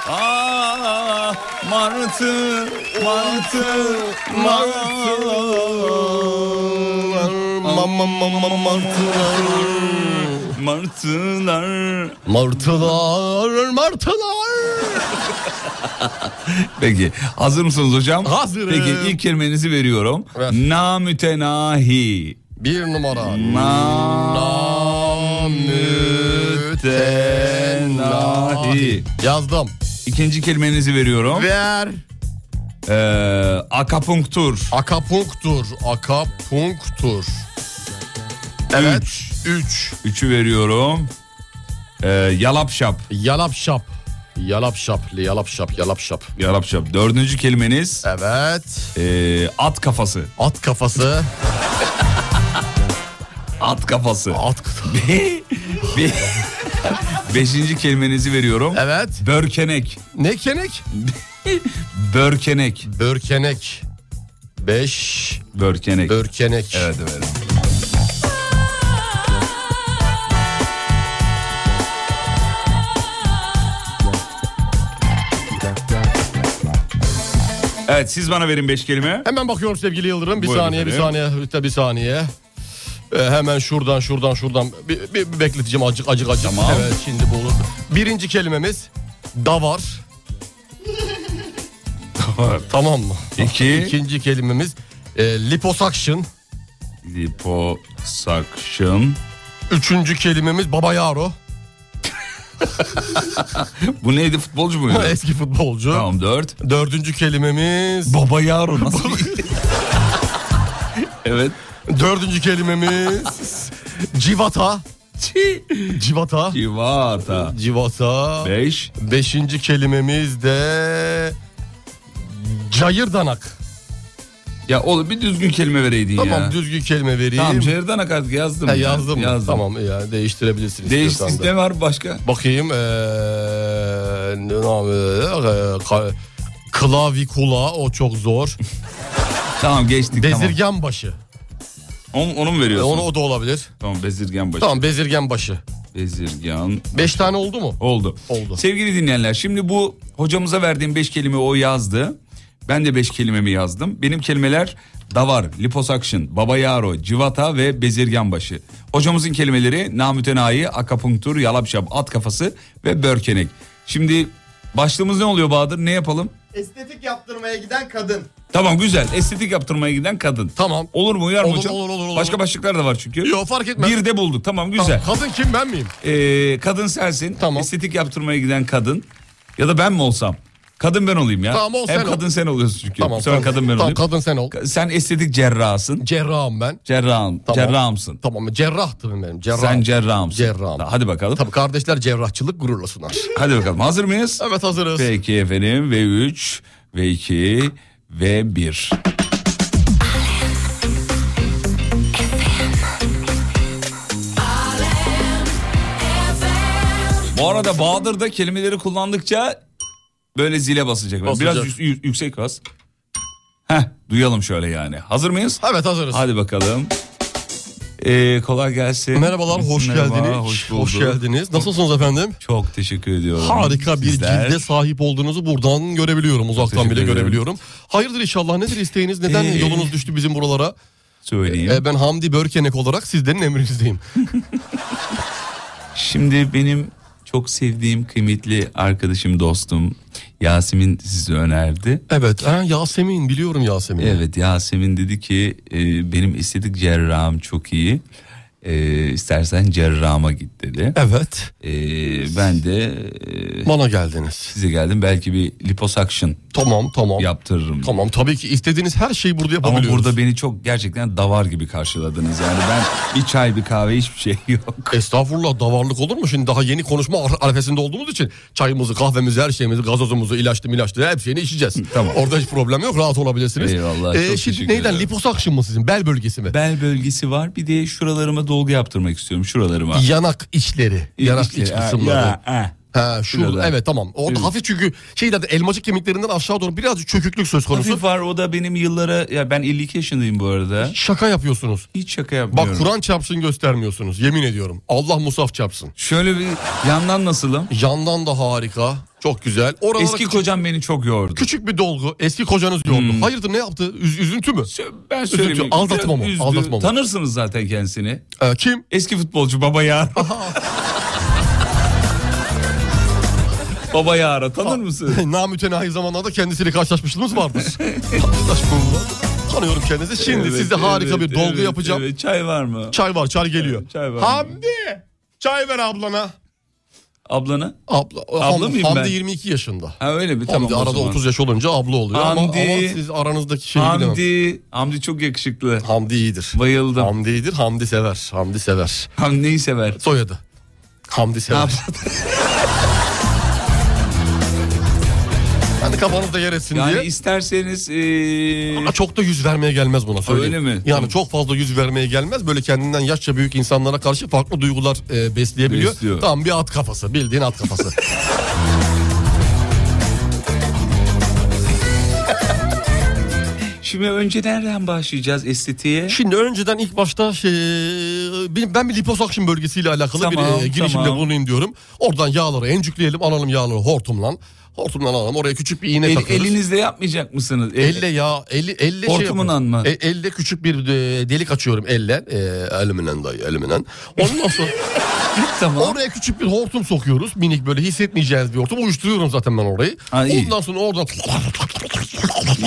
Ah, Martı, martı. Mama mama martılar. Martılar. Martılar, martılar. Peki hazır mısınız hocam? Hazırım. Peki ilk kelimenizi veriyorum. Ver. Namütenahi. Bir numara. Namütenahi. Yazdım. İkinci kelimenizi veriyorum. Ver. Ee, akapunktur. Akapunktur, akapunktur. Evet. Üç. Üç. Üçü veriyorum. Ee, yalapşap. Yalap şap. Yalap şap, yalap şap, yalap şap. Yalapşap. Dördüncü kelimeniz Evet. ee, at kafası. At kafası. At kafası. At kafası. Be- Beşinci kelimenizi veriyorum. Evet. Börkenek. Ne kenek? Börkenek. Börkenek. Beş. Börkenek. Börkenek. evet evet. Evet siz bana verin beş kelime. Hemen bakıyorum sevgili Yıldırım. Bir Buyurun saniye, bir efendim. saniye, bir, bir saniye. Ee, hemen şuradan, şuradan, şuradan. Bir, bir, bir bekleteceğim acık, acık, acık. Tamam. Evet, şimdi bu olur. Birinci kelimemiz davar. tamam mı? İki. İkinci kelimemiz e, liposuction. Liposuction. Üçüncü kelimemiz baba yaro. Bu neydi futbolcu muydu? Eski futbolcu. tamam dört. Dördüncü kelimemiz... Baba Yaro nasıl? evet. Dördüncü kelimemiz... civata. Civata. Civata. Civata. Beş. Beşinci kelimemiz de cayırdanak. Ya oğlum bir düzgün kelime vereydin ya. Tamam düzgün kelime vereyim. Tamam Cerdan artık yazdım. Ha, ben. yazdım. mı? Yazdım. Tamam ya değiştirebilirsin Değişti istiyorsan da. ne var başka? Bakayım. eee, ne yapıyor? Eee, ka- klavikula o çok zor. Tamam geçtik tamam. Bezirgen başı. Onu, onu mu E, veriyorsun? Onu o da olabilir. Tamam bezirgen başı. Tamam bezirgen başı. Bezirgen Beş tane oldu mu? oldu. Oldu. Sevgili dinleyenler şimdi bu hocamıza verdiğim 5 kelime o yazdı. Ben de 5 kelimemi yazdım. Benim kelimeler davar, liposuction, baba yaro, civata ve bezirgen başı. Hocamızın kelimeleri namütenayi, akapunktur, yalapşap, at kafası ve börkenek. Şimdi başlığımız ne oluyor Bahadır? Ne yapalım? Estetik yaptırmaya giden kadın. Tamam güzel. Estetik yaptırmaya giden kadın. Tamam. Olur mu uyar mı Olur, hocam? olur, olur, olur. Başka başlıklar da var çünkü. Yok fark etmez. Bir de bulduk. Tamam güzel. Tamam, Kadın kim ben miyim? Ee, kadın sensin. Tamam. Estetik yaptırmaya giden kadın. Ya da ben mi olsam? Kadın ben olayım ya. Tamam, ol Hem sen ol. kadın sen oluyorsun çünkü. Tamam. Bu sefer kadın ben Tamam olayım. kadın sen ol. Ka- Sen estetik cerrahsın. Cerrahım ben. Cerrahım. Tamam. Cerrahımsın. Tamam cerrahtım benim. Cerrah. Sen cerrahımsın. Cerrahım. Ta- Hadi bakalım. Tabii kardeşler cerrahçılık gururla sunar. Hadi bakalım. Hazır mıyız? Evet hazırız. Peki efendim. Ve 3 ve 2 ve 1. Bu arada Bahadır da kelimeleri kullandıkça böyle zile basacak. Basacak. Biraz yük- yük- yüksek bas. Heh, duyalım şöyle yani. Hazır mıyız? Evet hazırız. Hadi bakalım. Ee, kolay gelsin. Merhabalar, hoş Merhaba, geldiniz. Hoş, Hoş, bulduk. geldiniz. Nasılsınız efendim? Çok teşekkür ediyorum. Harika bir Sizler? cilde sahip olduğunuzu buradan görebiliyorum. Uzaktan teşekkür bile ederim. görebiliyorum. Hayırdır inşallah nedir isteğiniz? Neden Ee, yolunuz düştü bizim buralara? söyleyeyim. Ee, ben Hamdi Börkenek olarak sizlerin emrinizdeyim. Şimdi benim çok sevdiğim kıymetli arkadaşım dostum Yasemin sizi önerdi. Evet ha, Yasemin biliyorum Yasemin'i. Evet Yasemin dedi ki e, benim estetik cerrahım çok iyi. E, istersen cerrahıma git dedi. Evet, E, ben de e, Bana geldiniz. size geldim belki bir liposuction Tamam tamam. yaptırırım. Tamam tabii ki istediğiniz her şeyi burada Ama yapabiliyoruz. burada beni çok gerçekten davar gibi karşıladınız. Yani ben bir çay bir kahve hiçbir şey yok. Estağfurullah davarlık olur mu? Şimdi daha yeni konuşma ar- arifesinde olduğumuz için çayımızı, kahvemizi, her şeyimizi, gazozumuzu, ilaçlı milaçlı hepsini içeceğiz. Tamam. Orada hiç problem yok rahat olabilirsiniz. Ee, Eyvallah, çok şimdi teşekkür neyden ederim. liposakşın mı sizin bel bölgesi mi? Bel bölgesi var bir de şuralarıma dolgu yaptırmak istiyorum şuralarıma. Yanak içleri, yanak İşte, iç ha, kısımları. ya, ha. Ha şurada Şurada. evet tamam. Orada Evet. hafif çünkü şey zaten elmacık kemiklerinden aşağı doğru birazcık çöküklük söz konusu. Hafif var o da benim yıllara ya ben 52 yaşındayım bu arada. Şaka yapıyorsunuz. Hiç şaka Bak yapmıyorum. Kur'an çarpsın göstermiyorsunuz yemin ediyorum. Allah musaf çarpsın. Şöyle bir yandan nasılım? Yandan da harika. Çok güzel. Oralara Eski küçük, kocam beni çok yordu. küçük bir dolgu. Eski kocanız yordu. Hayırdır ne yaptı? Üz- üzüntü mü? Hmm. Ben Üzüntü, söyleyeyim. aldatma mı? Biraz üzdü. Aldatma mı? Tanırsınız zaten kendisini. Ee, kim? Eski futbolcu Baba Yağar. Baba Yağar'a tanır mısın? Namütenahi zamanlarda kendisiyle karşılaşmışlığımız vardır. Karşılaşmamız Tanıyorum kendisi. Şimdi Evet, size harika evet, bir dolgu evet, yapacağım. evet. Çay var mı? Çay var, çay geliyor. çay var. Hamdi! Çay ver ablana. Ablana? Abla, Abla Ham- mıyım Hamdi ben? 22 yaşında. Ha öyle mi? Tamam Hamdi o arada zaman. 30 yaş olunca abla oluyor ama, ama Hamdi- siz aranızdaki şeyi bilemem. Hamdi. Hamdi çok yakışıklı. Hamdi iyidir. Bayıldım. Hamdi, Hamdi iyidir, Hamdi sever. Hamdi sever. neyi sever? Soyadı. Hamdi sever. Hani kafanızda yer etsin Yani diye. isterseniz eee, Ama çok da yüz vermeye gelmez buna söyleyeyim. Öyle mi? Yani Tamam. çok fazla yüz vermeye gelmez. Böyle kendinden yaşça büyük insanlara karşı farklı duygular e, besleyebiliyor. Besliyor. Tam bir at kafası. Bildiğin at kafası. şimdi önce nereden başlayacağız estetiğe? Şimdi önceden ilk başta şey, bir- ben bir liposakşın bölgesiyle alakalı Tamam, bir e, girişimde tamam. bulunayım diyorum. Oradan yağları encükleyelim alalım yağları hortumla. Hortumla alalım oraya küçük bir iğne El- takıyoruz. elinizle yapmayacak mısınız? El- Elle ya elle elle şey Hortumun yapıyorum. anma. E, elle küçük bir e, delik açıyorum elle. E, eliminen dayı eliminen. Ondan sonra tamam. oraya küçük bir hortum sokuyoruz. Minik böyle hissetmeyeceğiniz bir hortum. Uyuşturuyorum zaten ben orayı. Ha, iyi. Ondan sonra oradan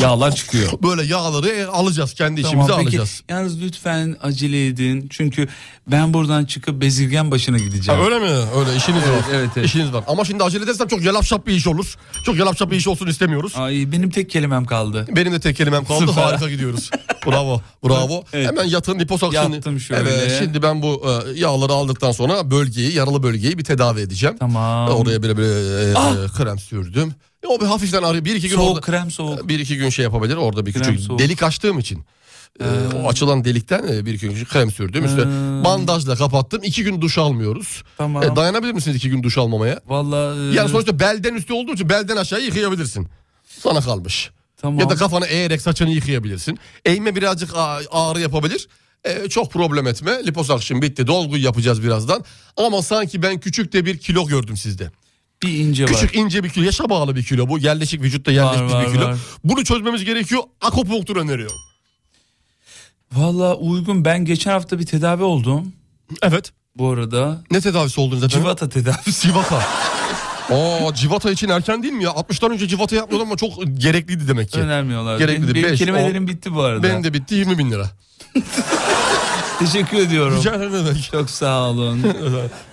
Yağlar çıkıyor. böyle yağları e, alacağız kendi işimize alacağız. Yalnız lütfen acele edin. Çünkü ben buradan çıkıp bezirgen başına Ha, gideceğim. öyle mi? Öyle işiniz var. evet, evet. İşiniz var. Ama şimdi acele edersem çok yalapşap bir iş olur. Çok yalapşap bir iş olsun istemiyoruz. Ay benim tek kelimem kaldı. Benim de tek kelimem kaldı. Süper. Harika gidiyoruz. Bravo. Bravo. Evet. Hemen yatın liposuction'ı. Yattım şöyle. Evet, şimdi ben bu e, yağları aldıktan sonra bölgeyi, yaralı bölgeyi bir tedavi edeceğim. Tamam. Ah! E, Oraya böyle böyle e, krem sürdüm. E, o bir hafiften arıyor. Bir iki gün Soğuk orada- krem soğuk. Bir iki gün şey yapabilir. Orada bir Krem küçük soğuk. Ee. delik açtığım için. e, o açılan delikten e, bir iki gün krem sürdüm. Üstüne Hmm. bandajla kapattım. İki gün duş almıyoruz. Tamam. E, dayanabilir misiniz iki gün duş almamaya? Vallahi e, Yani sonuçta belden üstü olduğu için belden aşağı yıkayabilirsin. Sana kalmış. Tamam. Ya da kafanı eğerek saçını yıkayabilirsin. Eğme birazcık ağ- ağrı yapabilir. Ee, çok problem etme. Liposakşın bitti. Dolguyu yapacağız birazdan. Ama sanki ben küçük de bir kilo gördüm sizde. bir ince var. Küçük ince bir kilo. Yaşa bağlı bir kilo bu. Yerleşik vücutta yerleşmiş var, bir kilo. var. Bunu çözmemiz gerekiyor. Akupunktur öneriyor. Vallahi uygun. Ben geçen hafta bir tedavi oldum. Evet. Bu arada Ne tedavisi oldunuz efendim? civata tedavisi. Civata. Aa civata için erken değil mi ya? 60'tan önce civata yapmıyordum ama çok gerekliydi demek ki. Önermiyorlar. Gerekli benim, değil. benim Beş, kelimelerim on. bitti bu arada. Benim de bitti 20 bin lira. Teşekkür ediyorum. Rica ederim ne demek. Çok sağ olun.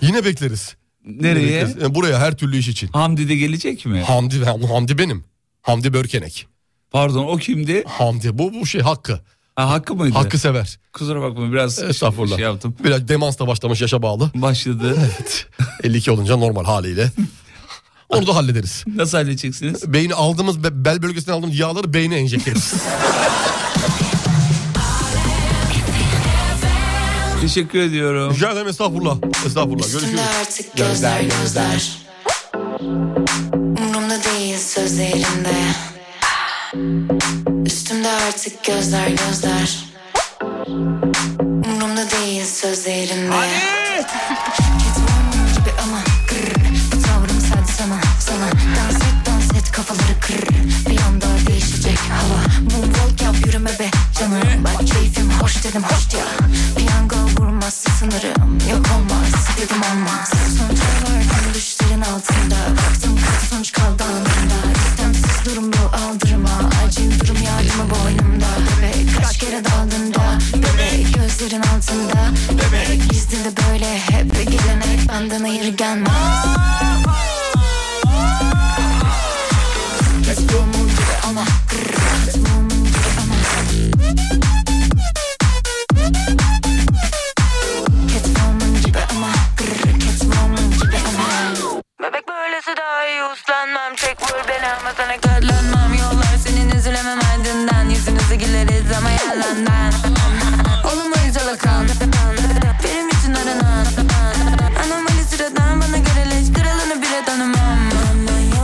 Yine bekleriz. Nereye? Bekleriz. Yani Buraya her türlü iş için. Hamdi de gelecek mi? Hamdi Hamdi benim. Hamdi Börkenek. Pardon o kimdi? Hamdi bu bu şey hakkı. Ha, Hakkı mıydı? Hakkı sever. Kusura bakma biraz Estağfurullah. şey yaptım. Biraz demansla başlamış yaşa bağlı. Başladı. 52 olunca normal haliyle. Onu da hallederiz. Nasıl halledeceksiniz? Beyni aldığımız be- bel bölgesinden aldığımız yağları beyne enjekte ederiz. Teşekkür ediyorum. Rica ederim estağfurullah. Estağfurullah. Görüşürüz. artık gözler gözler Umrumda değil sözlerinde Üstümde artık gözler gözler Umrumda değil sözlerinde Gitmem gibi ama kırr Bu tavrım sadece sana sana Dans et dans et kafaları kırr Bir anda değişecek hava Moonwalk yap yürüme be canım Bak keyfim hoş dedim hoş ya Piyango vurmaz sınırım Yok olmaz dedim olmaz Sonuçlar var tüm düşlerin altında Baktım kötü sonuç kaldı anında İstemsiz durum bu aldırma Acil durum yardımı boynumda Bebek kaç kere daldın da Bebek gözlerin altında Bebek bizde de böyle hep gelenek Benden ayır gelmez Kes bu mum gibi ama Kırr, kes bu mum gibi ama Kes bu mum gibi ama Kırr, kes bu mum gibi ama Bebek böylesi daha iyi uslanmam Çek vur beni ama sana katlanmam Yollar senin üzülemem ardından Yüzünüzü güleriz ama yalandan Olamayız alakan Benim için aranan Anomali sıradan bana göre leş Kralını bile tanımam şey-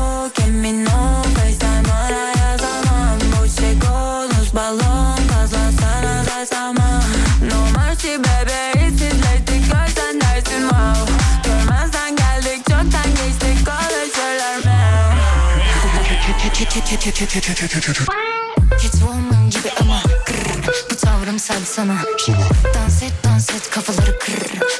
biraz ama No mercy baby hissizleştik görsen dersin wow Görmezden geldik çoktan geçtik konuşurlar meow Hiç olman gibi ama kır. Bu tavrım sad sana Dans et dans et kafaları kır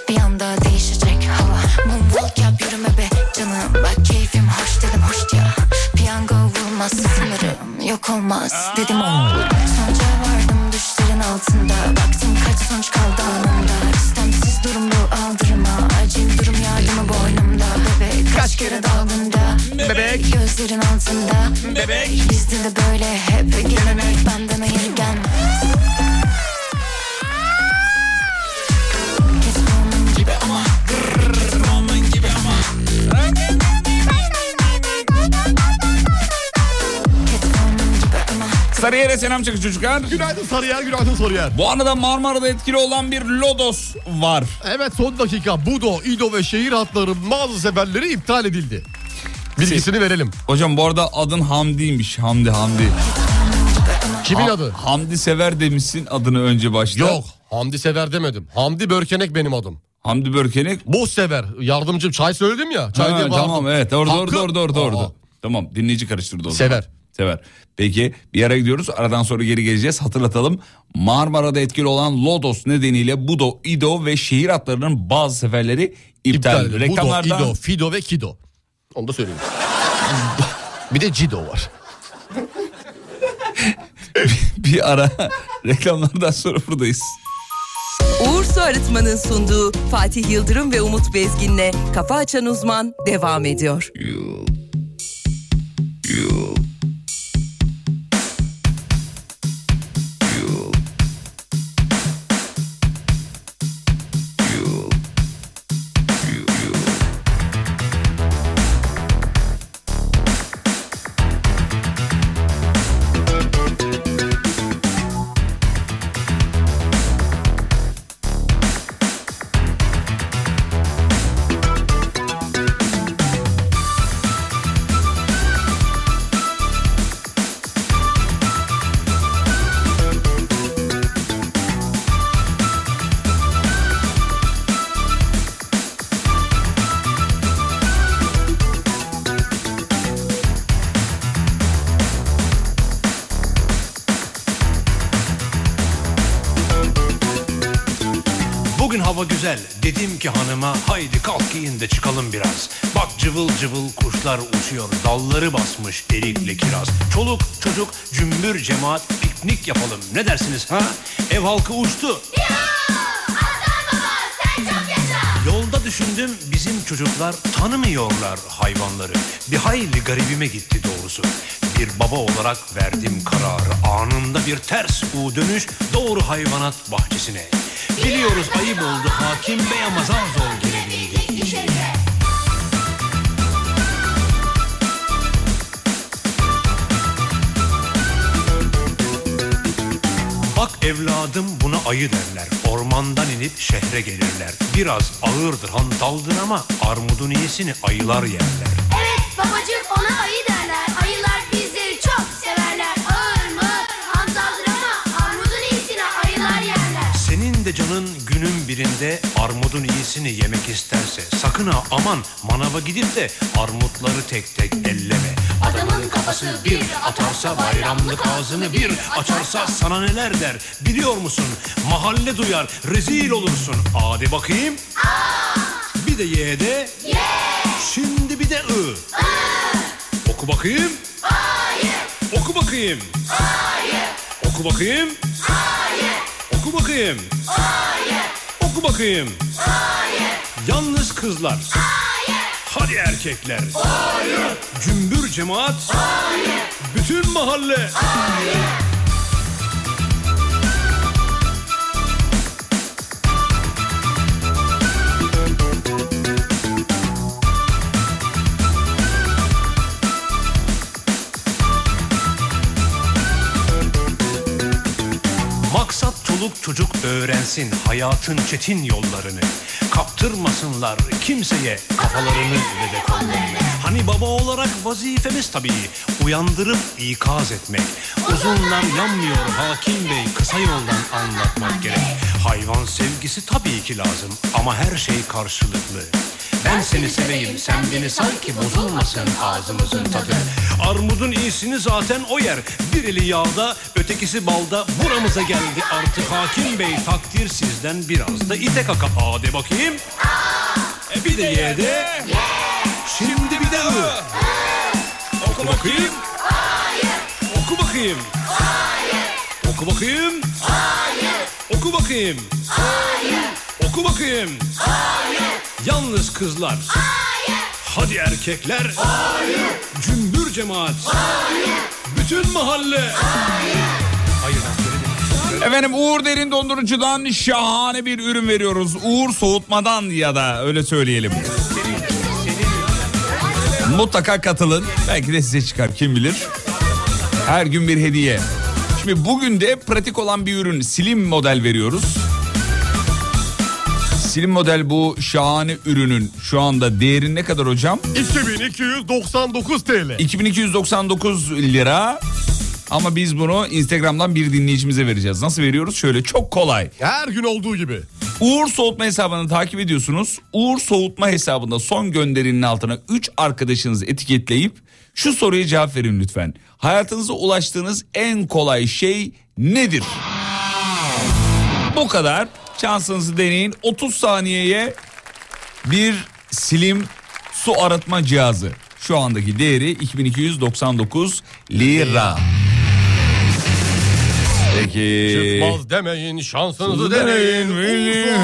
Bir anda değişecek hava Moonwalk yap yürüme be canım Bak keyfim hoş dedim hoş ya Piyango vurmaz sınırım Yok olmaz dedim o Sonuca vardım düşlerin altında Baktım kaç sonuç kaldı anında İstemsiz durum bu aldırma Acil durum yardımı boynumda Bebek kaç kere daldın da Bebek Gözlerin altında Bebek Bizde de böyle hep gelenek Benden hayır gelme Catwoman gibi ama grrr, Catwoman gibi ama Sarıyer'e selam çakı çocuklar. Günaydın Sarıyer, günaydın Sarıyer. Bu arada Marmara'da etkili olan bir lodos var. Evet son dakika Budo, İdo ve şehir hatlarının bazı seferleri iptal edildi. Bilgisini verelim. Hocam bu arada adın Hamdi'ymiş. Hamdi Hamdi. Kimin Ha- adı? Hamdi Sever demişsin adını önce başta. Yok Hamdi Sever demedim. Hamdi Börkenek benim adım. Hamdi Börkenek? Boz Sever. Yardımcım çay söyledim ya. Çay Ha, diye bağırdım. tamam evet doğru doğru Hakkı- doğru doğru doğru. Aa, Tamam dinleyici karıştırdı o zaman. Sever. Sever. Peki bir ara gidiyoruz aradan sonra geri geleceğiz hatırlatalım. Marmara'da etkili olan Lodos nedeniyle Budo, İdo ve şehir hatlarının bazı seferleri iptal. iptal edildi. edildi. Reklamlardan... Budo, İdo, Fido ve Kido. Onu da söyleyeyim. bir de Cido var. bir ara reklamlardan sonra buradayız. Uğur Su Arıtma'nın sunduğu Fatih Yıldırım ve Umut Bezgin'le Kafa Açan Uzman devam ediyor. Bugün hava güzel dedim ki hanıma haydi kalk giyin de çıkalım biraz Bak cıvıl cıvıl kuşlar uçuyor dalları basmış erikle kiraz Çoluk çocuk cümbür cemaat piknik yapalım ne dersiniz ha? Ev halkı uçtu Yolda düşündüm bizim çocuklar tanımıyorlar hayvanları. Bir hayli garibime gitti doğrusu. Bir baba olarak verdim kararı. Anında bir ters U dönüş doğru hayvanat bahçesine. Biliyoruz ayıp oldu hakim bey ama zar zor gelebildi. Bak evladım buna ayı derler. Ormandan inip şehre gelirler. Biraz ağırdır hantaldır ama armudun iyisini ayılar yerler. Babacım ona ayı derler. Ayılar bizleri çok severler. Ağır mı? Hantaldır ama armudun iyisini ayılar yerler. Senin de canın günün birinde armudun iyisini yemek isterse sakın ha aman manava gidip de armutları tek tek elleme. Adamın kafası bir atarsa bayramlık ağzını bir açarsa sana neler der biliyor musun? Mahalle duyar rezil olursun. Hadi bakayım. Bir de ye de. Şimdi bir de ı. Oku bakayım. Oku bakayım. Oku bakayım. Oku bakayım. Oku bakayım. Yalnız kızlar. Hadi erkekler. Cümbür cemaat. Bütün mahalle. Maksat çoluk Çoluk çocuk öğrensin hayatın çetin yollarını Kaptırmasınlar kimseye kafalarını ve de kollarını Hani baba olarak vazifemiz tabii Uyandırıp ikaz etmek Uzunlar yanmıyor hakim bey Kısa yoldan anlatmak gerek Hayvan sevgisi tabii ki lazım Ama her şey karşılıklı ben seni seveyim sen beni sanki bozulmasın ağzımızın tadı Armudun iyisini zaten o yer Bir eli yağda ötekisi balda buramıza geldi artık hakim bey Takdir sizden biraz da ite kaka Aa, de bakayım e, Bir de ye de Şimdi bir de ı Oku bakayım Oku bakayım Oku bakayım Oku bakayım Oku bakayım Yalnız kızlar. Hadi erkekler. Cümbür cemaat. Bütün mahalle. Hayır. Efendim Uğur Derin Dondurucu'dan şahane bir ürün veriyoruz. Uğur Soğutmadan ya da öyle söyleyelim. Mutlaka katılın. Belki de size çıkar kim bilir. Her gün bir hediye. Şimdi bugün de pratik olan bir ürün slim model veriyoruz. Slim model bu şahane ürünün şu anda değeri ne kadar hocam? 2299 TL. 2299 lira. Ama biz bunu Instagram'dan bir dinleyicimize vereceğiz. Nasıl veriyoruz? Şöyle çok kolay. Her gün olduğu gibi. Uğur Soğutma hesabını takip ediyorsunuz. Uğur Soğutma hesabında son gönderinin altına 3 arkadaşınızı etiketleyip şu soruya cevap verin lütfen. Hayatınıza ulaştığınız en kolay şey nedir? Bu kadar. Şansınızı deneyin. 30 saniyeye bir slim su arıtma cihazı. Şu andaki değeri 2299 lira. Peki. Çıkmaz demeyin şansınızı deneyin. Milli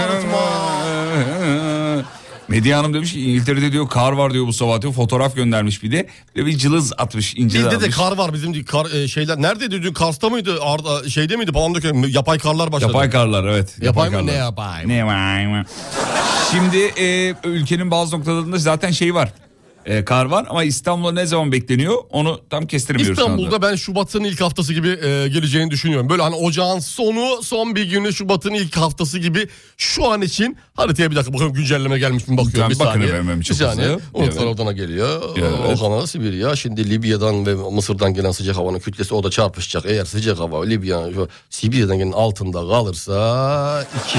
Medya Hanım demiş ki İngiltere'de diyor kar var diyor bu sabah diyor. Fotoğraf göndermiş bir de. Ve bir cılız atmış ince Bizde de atmış. kar var bizim de kar e, şeyler. Neredeydi dün Kars'ta mıydı? Arda, şeyde miydi? Palandöken yapay karlar başladı. Yapay karlar evet. Yapay mı? karlar. Ne yapay mı? Ne yapay mı? Şimdi e, ülkenin bazı noktalarında zaten şey var. E, kar var ama İstanbul'a ne zaman bekleniyor onu tam kestiremiyoruz şu anda. İstanbul'da ben Şubat'ın ilk haftası gibi e, geleceğini düşünüyorum. Böyle hani ocağın sonu son bir günü Şubat'ın ilk haftası gibi şu an için haritaya bir dakika bakıyorum güncelleme gelmiş mi Lütfen bakıyorum bir bakın saniye. efendim, hemen bir çok saniye. hızlı. O Evet. taraftan geliyor. Evet. O kanal Sibirya. Şimdi Libya'dan ve Mısır'dan gelen sıcak havanın kütlesi o da çarpışacak. Eğer sıcak hava Libya şu- Sibirya'dan gelen altında kalırsa 2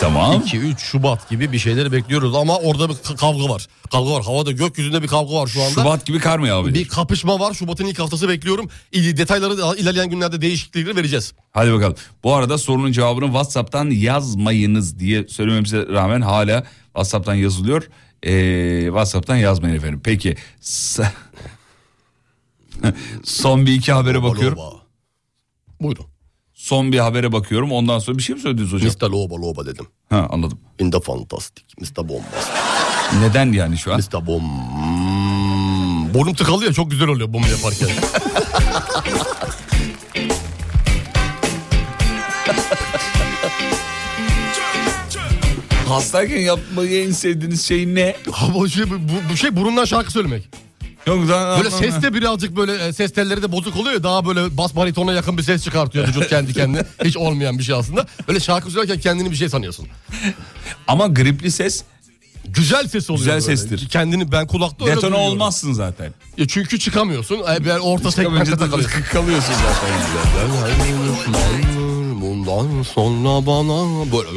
tamam. 2 3 Şubat gibi bir şeyleri bekliyoruz ama orada bir k- kavga var. Kavga var. Havada gökyüzünde bir kavga var şu anda. Şubat gibi kar mı yağabilir? Bir kapışma var. Şubat'ın ilk haftası bekliyorum. İl- Detayları da ilerleyen günlerde değişiklikleri vereceğiz. Hadi bakalım. Bu arada sorunun cevabını WhatsApp'tan yazmayınız diye söylememize rağmen hala WhatsApp'tan yazılıyor. Ee, WhatsApp'tan yazmayın efendim. Peki. S- Son bir iki habere bakıyorum. Buyurun. Son bir habere bakıyorum. Ondan sonra bir şey mi söylediniz hocam? Mr. Loba Loba dedim. Ha anladım. In the fantastic. Mr. Bombastic. Neden yani şu an? Mr. Bom... Burnum tıkalı ya çok güzel oluyor bunu yaparken. Hastayken yapmayı en sevdiğiniz şey ne? Abi şey, bu, bu şey burundan şarkı söylemek. Yok daha Böyle ses de birazcık böyle e, ses telleri de bozuk oluyor ya daha böyle bas baritona yakın bir ses çıkartıyor vücut kendi kendine. Hiç olmayan bir şey aslında. Böyle şarkı söylerken kendini bir şey sanıyorsun. Ama gripli ses güzel ses oluyor. Güzel böyle. sestir. Kendini ben kulakta öyle Detone duyuyorum. olmazsın zaten. Ya çünkü çıkamıyorsun. E, ben orta Çıkamayınca sekmende da takılıyorsun. kalıyorsun zaten. Bundan sonra bana böyle,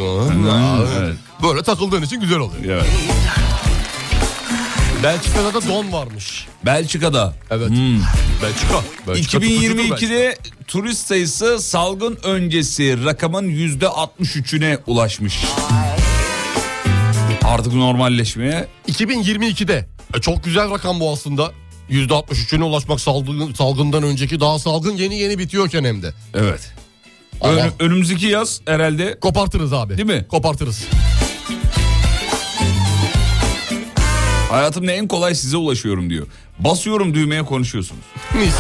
Evet. böyle takıldığın için güzel oluyor. Evet. Belçika'da da don varmış. Belçika'da. Hmm. Evet. Belçika. Belçika tutucudur 2022'de turist sayısı salgın öncesi rakamın yüzde 63'üne ulaşmış. Artık normalleşmeye 2022'de. E, çok güzel rakam bu aslında. %63'üne ulaşmak salgın, salgından önceki daha salgın yeni yeni bitiyorken hem de. evet. Ama- Ön- önümüzdeki yaz herhalde kopartırız abi. Değil mi? Kopartırız. Hayatımda en kolay size ulaşıyorum diyor. Basıyorum düğmeye konuşuyorsunuz. Mis.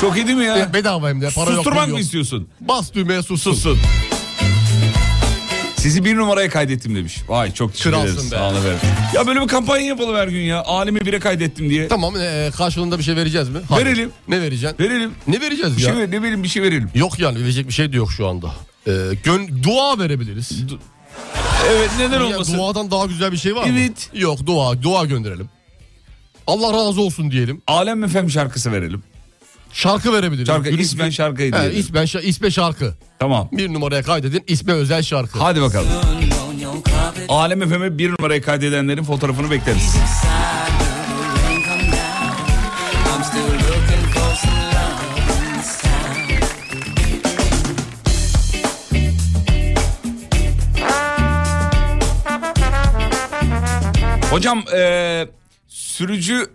Çok iyi değil mi ya? Be- Bedava hem de para yok. Susturmak pul yok. mı istiyorsun? Bas düğmeye sussun. Sizi bir numaraya kaydettim demiş. Vay çok teşekkür Kralsın ederiz. be. Sağ olun efendim. Ya böyle bir kampanya yapalım her gün ya. Alemi bire kaydettim diye. Tamam e, karşılığında bir şey vereceğiz mi? Hayır. Verelim. Ne vereceksin? Verelim. Ne vereceğiz Bir ya? şey ver- ne bileyim bir şey verelim. Yok yani verecek bir şey de yok şu anda. Ee, gön- dua verebiliriz. evet neden olmasın? duadan daha güzel bir şey var mı? Evet. Yok dua dua gönderelim. Allah razı olsun diyelim. Alem Efem şarkısı verelim. Şarkı verebiliriz. Şarkı, Gülüş- ismen şarkıyı He, diyelim. ismen şa- isme şarkı. Tamam. Bir numaraya kaydedin isme özel şarkı. Hadi bakalım. Alem Efem'e bir numaraya kaydedenlerin fotoğrafını bekleriz. I'm still looking for some love in this town. Hocam eee, sürücü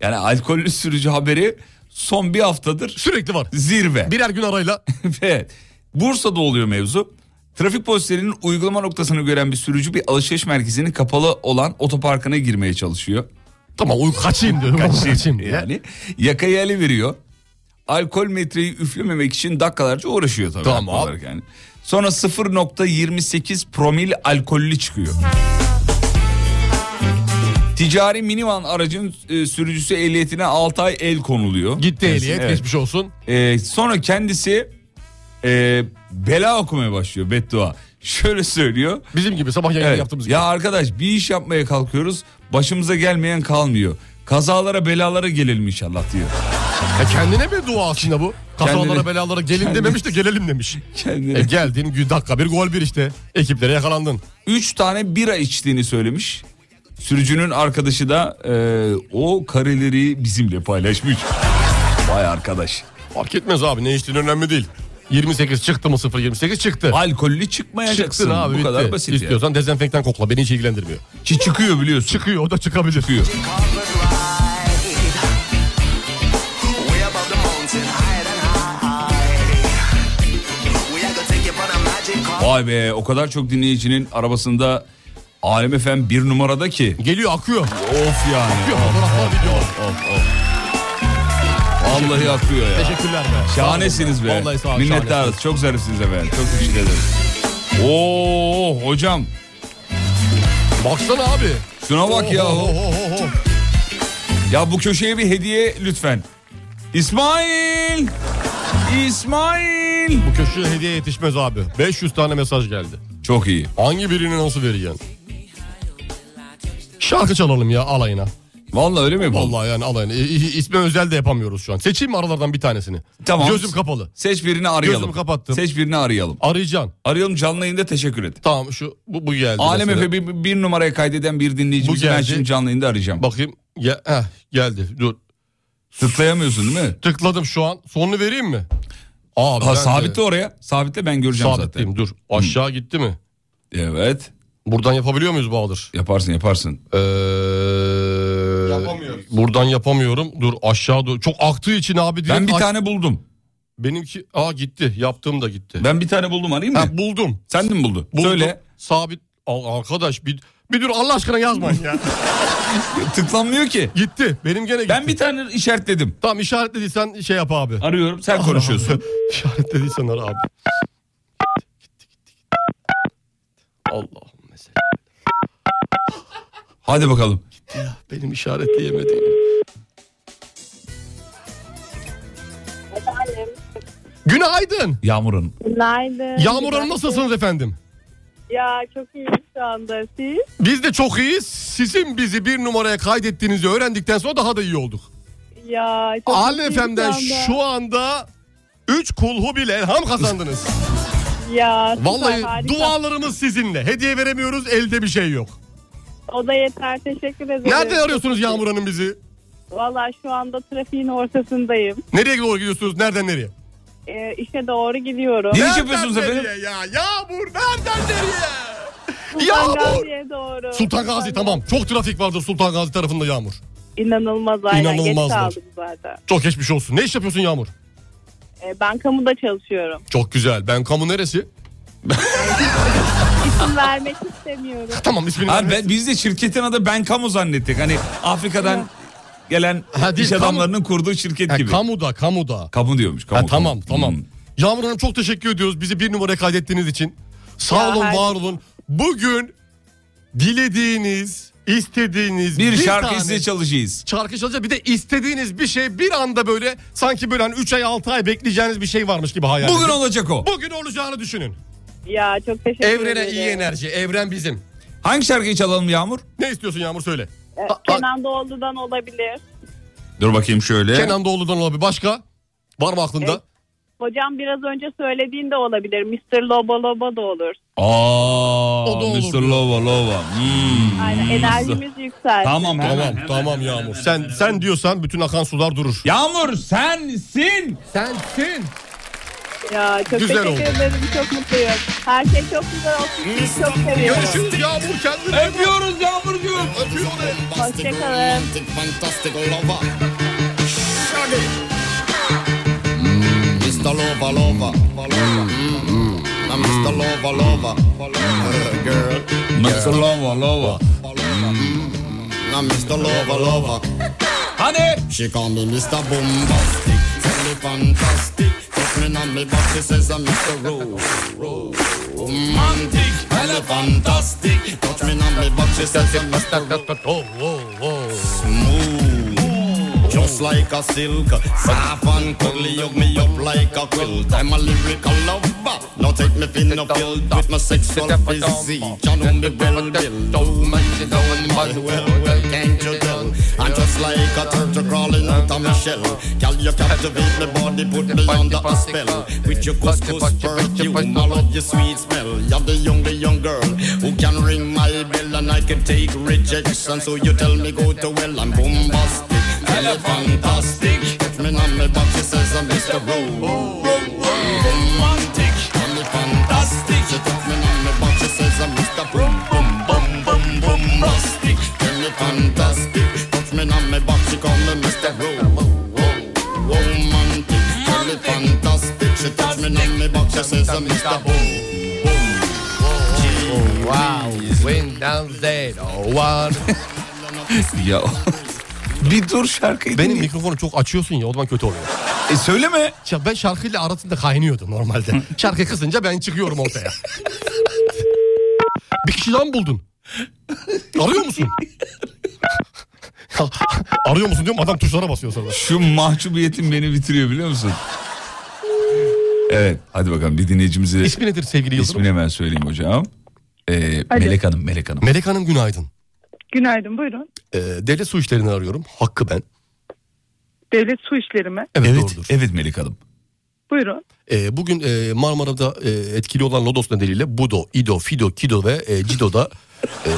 yani alkollü sürücü haberi son bir haftadır sürekli var. Zirve. Birer gün arayla. evet. Bursa'da oluyor mevzu. Trafik polislerinin uygulama noktasını gören bir sürücü bir alışveriş merkezinin kapalı olan otoparkına girmeye çalışıyor. Tamam uy kaçayım diyor. Kaçayım diye. yani. Yakayı ele veriyor. Alkol metreyi üflememek için dakikalarca uğraşıyor tabii. Tamam. haklı olarak Yani. Sonra 0.28 promil alkollü çıkıyor. Ticari minivan aracın e, sürücüsü ehliyetine 6 ay el konuluyor. Gitti ehliyet, geçmiş olsun. sonra kendisi e, bela okumaya başlıyor beddua. Şöyle söylüyor. Bizim gibi sabah yayını yaptığımız gibi. Ya arkadaş bir iş yapmaya kalkıyoruz başımıza gelmeyen kalmıyor. Kazalara belalara gelelim inşallah diyor. Ya kendine mi dua aslında bu? Kazalara Kendine- belalara gelin Kendine- dememiş de gelelim demiş. E geldin gü- dakika bir gol bir işte. Ekiplere yakalandın. 3 tane bira içtiğini söylemiş. Sürücünün arkadaşı da e, o kareleri bizimle paylaşmış. Vay arkadaş. Fark etmez abi ne içtiğin önemli değil. 28 çıktı mı 0.28 çıktı. Alkollü çıkmayacaksın. Çıktın abi Bu bitti. kadar basit yani. İstiyorsan dezenfektan kokla beni hiç ilgilendirmiyor. Ki çıkıyor biliyorsun. Çıkıyor o da çıkabilir. Çıkıyor. Way above the mountain, higher than high. We are gonna take you for the magic carpet. Vay be o kadar çok dinleyicinin arabasında Alem Efem bir numarada ki. Geliyor akıyor. Of yani. Akıyor fotoğraflar videolar. Vallahi akıyor ya. Teşekkürler be. Şahanesiniz be. Vallahi sağ ol, Minnettarız. Çok zarifsiniz efendim. Çok teşekkür ederim. Oo hocam. Baksana abi. Oh, Şuna bak ya. ho. Ya bu köşeye bir hediye lütfen. İsmail! İsmail! Bu köşeye hediye yetişmez abi. 500 tane mesaj geldi. Çok iyi. Hangi birini nasıl vereceksin? Şarkı çalalım ya alayına. Vallahi öyle mi yapalım? Vallahi yani alayına. İ- İ- İsmi özel de yapamıyoruz şu an. Seçeyim mi aralardan bir tanesini? Tamam. Gözüm kapalı. Seç birini arayalım. Gözümü kapattım. Seç birini arayalım. Arayacaksın. Arayalım canlı yayında teşekkür et. Tamam şu bu, bu geldi. Alem mesela. Efe bir, bir numaraya kaydeden bir dinleyicimizi Bu ben geldi. şimdi canlı yayında arayacağım. Bakayım. Ya, heh, geldi. Dur. Tıklayamıyorsun değil mi? Tıkladım şu an. Sonunu vereyim mi? Abi, ha, ben de- sabitle oraya. Sabitle ben göreceğim Sabitleyeyim, zaten. dur. Aşağı gitti mi? Evet. Buradan yapabiliyor muyuz Bahadır? Yaparsın yaparsın. Yapamıyoruz. Buradan yapamıyorum. Dur aşağı dur. Çok aktığı için abi. Ben bir tane buldum. Benimki aa gitti. Yaptığım da gitti. Ben bir tane buldum arayayım mı? Ha, buldum. Sen de mi buldun? Buldum. Söyle. Sabit. Al- arkadaş bir, bir dur Allah aşkına yazmayın ya. Tıklanmıyor ki. Gitti. Benim gene gitti. Ben bir tane işaretledim. Tamam işaretlediysen şey yap abi. Arıyorum sen konuşuyorsun. işaretlediysen ara abi. Allah. Hadi bakalım. Benim işaretleyemediğim. Günaydın. Yağmur Hanım. Günaydın. Yağmur Hanım nasılsınız efendim? Ya çok iyiyim şu anda siz. Biz de çok iyiyiz. Sizin bizi bir numaraya kaydettiğinizi öğrendikten sonra daha da iyi olduk. Ya çok Alem iyiyim FM'den şu anda. şu anda 3 kulhu bile elham kazandınız. Ya süper, Vallahi harika. dualarımız sizinle. Hediye veremiyoruz elde bir şey yok. O da yeter teşekkür ederim. Nereden arıyorsunuz Yağmur Hanım bizi? Valla şu anda trafiğin ortasındayım. Nereye doğru gidiyorsunuz? Nereden nereye? Ee, işe doğru gidiyorum. Nereden nereye Ya Yağmur nereden nereye? Sultan Yağmur. Gazi'ye doğru. Sultan Gazi tamam. Çok trafik vardır Sultan Gazi tarafında Yağmur. İnanılmaz aynen geç İnanılmazlar. kaldım zaten. Çok geçmiş olsun. Ne iş yapıyorsun Yağmur? Ee, ben kamuda çalışıyorum. Çok güzel. Ben kamu neresi? İsim vermek istemiyorum. Tamam ismini Ha, ben, biz de şirketin adı Ben Kamu zannettik. Hani Afrika'dan gelen iş adamlarının kurduğu şirket gibi. Kamuda, kamuda. Kamu diyormuş. Kamu, Ha, tamam kamu. tamam. Hmm. Yağmur Hanım çok teşekkür ediyoruz bizi bir numaraya kaydettiğiniz için. Sağ Ya, olun her- var olun. Bugün dilediğiniz İstediğiniz Bir şarkı tane size çalışayız. Şarkı çalacak bir de istediğiniz bir şey bir anda böyle sanki böyle hani 3 ay 6 ay bekleyeceğiniz bir şey varmış gibi hayal Bugün edin. olacak o. Bugün olacağını düşünün. Ya çok teşekkür ederim. Evrene iyi enerji. Evren bizim. Hangi şarkıyı çalalım Yağmur? Ne istiyorsun Yağmur söyle. Ee, Kenan Doğulu'dan olabilir. Dur bakayım şöyle. Kenan Doğulu'dan olabilir. Başka? Var mı aklında? E? Hocam biraz önce söylediğin de olabilir. Mr. Loba Loba da olur. Aa, O da olur. Mr. Lova Lova. Hmm. Aynen enerjimiz yükselsin. Tamam Tamam hemen. tamam Yağmur. Sen sen diyorsan bütün akan sular durur. Yağmur sensin. Sensin. Ya çok Güzel teşekkür oldu. ederim. Çok mutluyum. Her şey çok güzel olsun. Sizi çok seviyorum. Görüşürüz Yağmur kendine. Öpüyoruz Yağmurcuğum. Hoşçakalın. Fantastic lover. Shaggy. Mm, Mr. Lover Lover. Mm, mm. Now, Mr. Lover Lover. Uh, girl. Mr. Lova Lova. Mm-hmm. Now, Mr. Lover Lover. Honey. She call me Mr. Bombastic. Tell me fantastic. Touch me on me back. She says I'm Mr. Roo. Romantic. Mm-hmm. Tell me fantastic. Touch me on me back. She says I'm Mr. Roo. Smooth. Just like a silk, soft and cuddly, hug me up like a quilt. I'm a lyrical lover. Now take me fin up killed with my sexual physique. You know me well, Bill. Do my shit on my well, well, can't you tell? I'm just like a turtle crawling out of my shell. Girl, you captivate my body, put me under a spell. With your couscous perfume, I love your sweet smell. You're the young, the young girl who can ring my bell and I can take rejection. So you tell me go to well, I'm bombastic. Tell her fantastic. Touch me on my back, she says I'm Mr. Rowe. Romantic. Tell me fantastic. She touch me on my back, she says I'm Mr. Boom, boom, boom, boom, boom, rustic. Tell me fantastic. Touch me on my back, she call me Mr. Rowe. Romantic. Tell me fantastic. She touch me on my back, she says I'm Mr. Boom. Wow, wind down there, oh one. ya bir dur şarkıyı Benim mikrofonu çok açıyorsun ya o zaman kötü oluyor. E söyleme. Ya ben şarkıyla arasında kaynıyordu normalde. Şarkı kısınca ben çıkıyorum ortaya. Bir kişi daha mı buldun? Arıyor musun? Ya, Arıyor musun diyorum adam tuşlara basıyor sonra. Şu mahcubiyetin beni bitiriyor biliyor musun? Evet hadi bakalım bir dinleyicimize... İsmi nedir sevgili Yıldırım? İsmini hemen söyleyeyim hocam. Ee, Hadi. Melek Hanım, Melek Hanım. Melek Hanım günaydın. Günaydın buyurun. Ee, devlet su işlerini arıyorum. Hakkı ben. Devlet su işleri mi? Evet, doğrudur. Evet Melek Hanım. Buyurun. Ee, bugün e, Marmara'da e, etkili olan lodos nedeniyle Budo, İdo, Fido, Kido ve e, Cido'da e,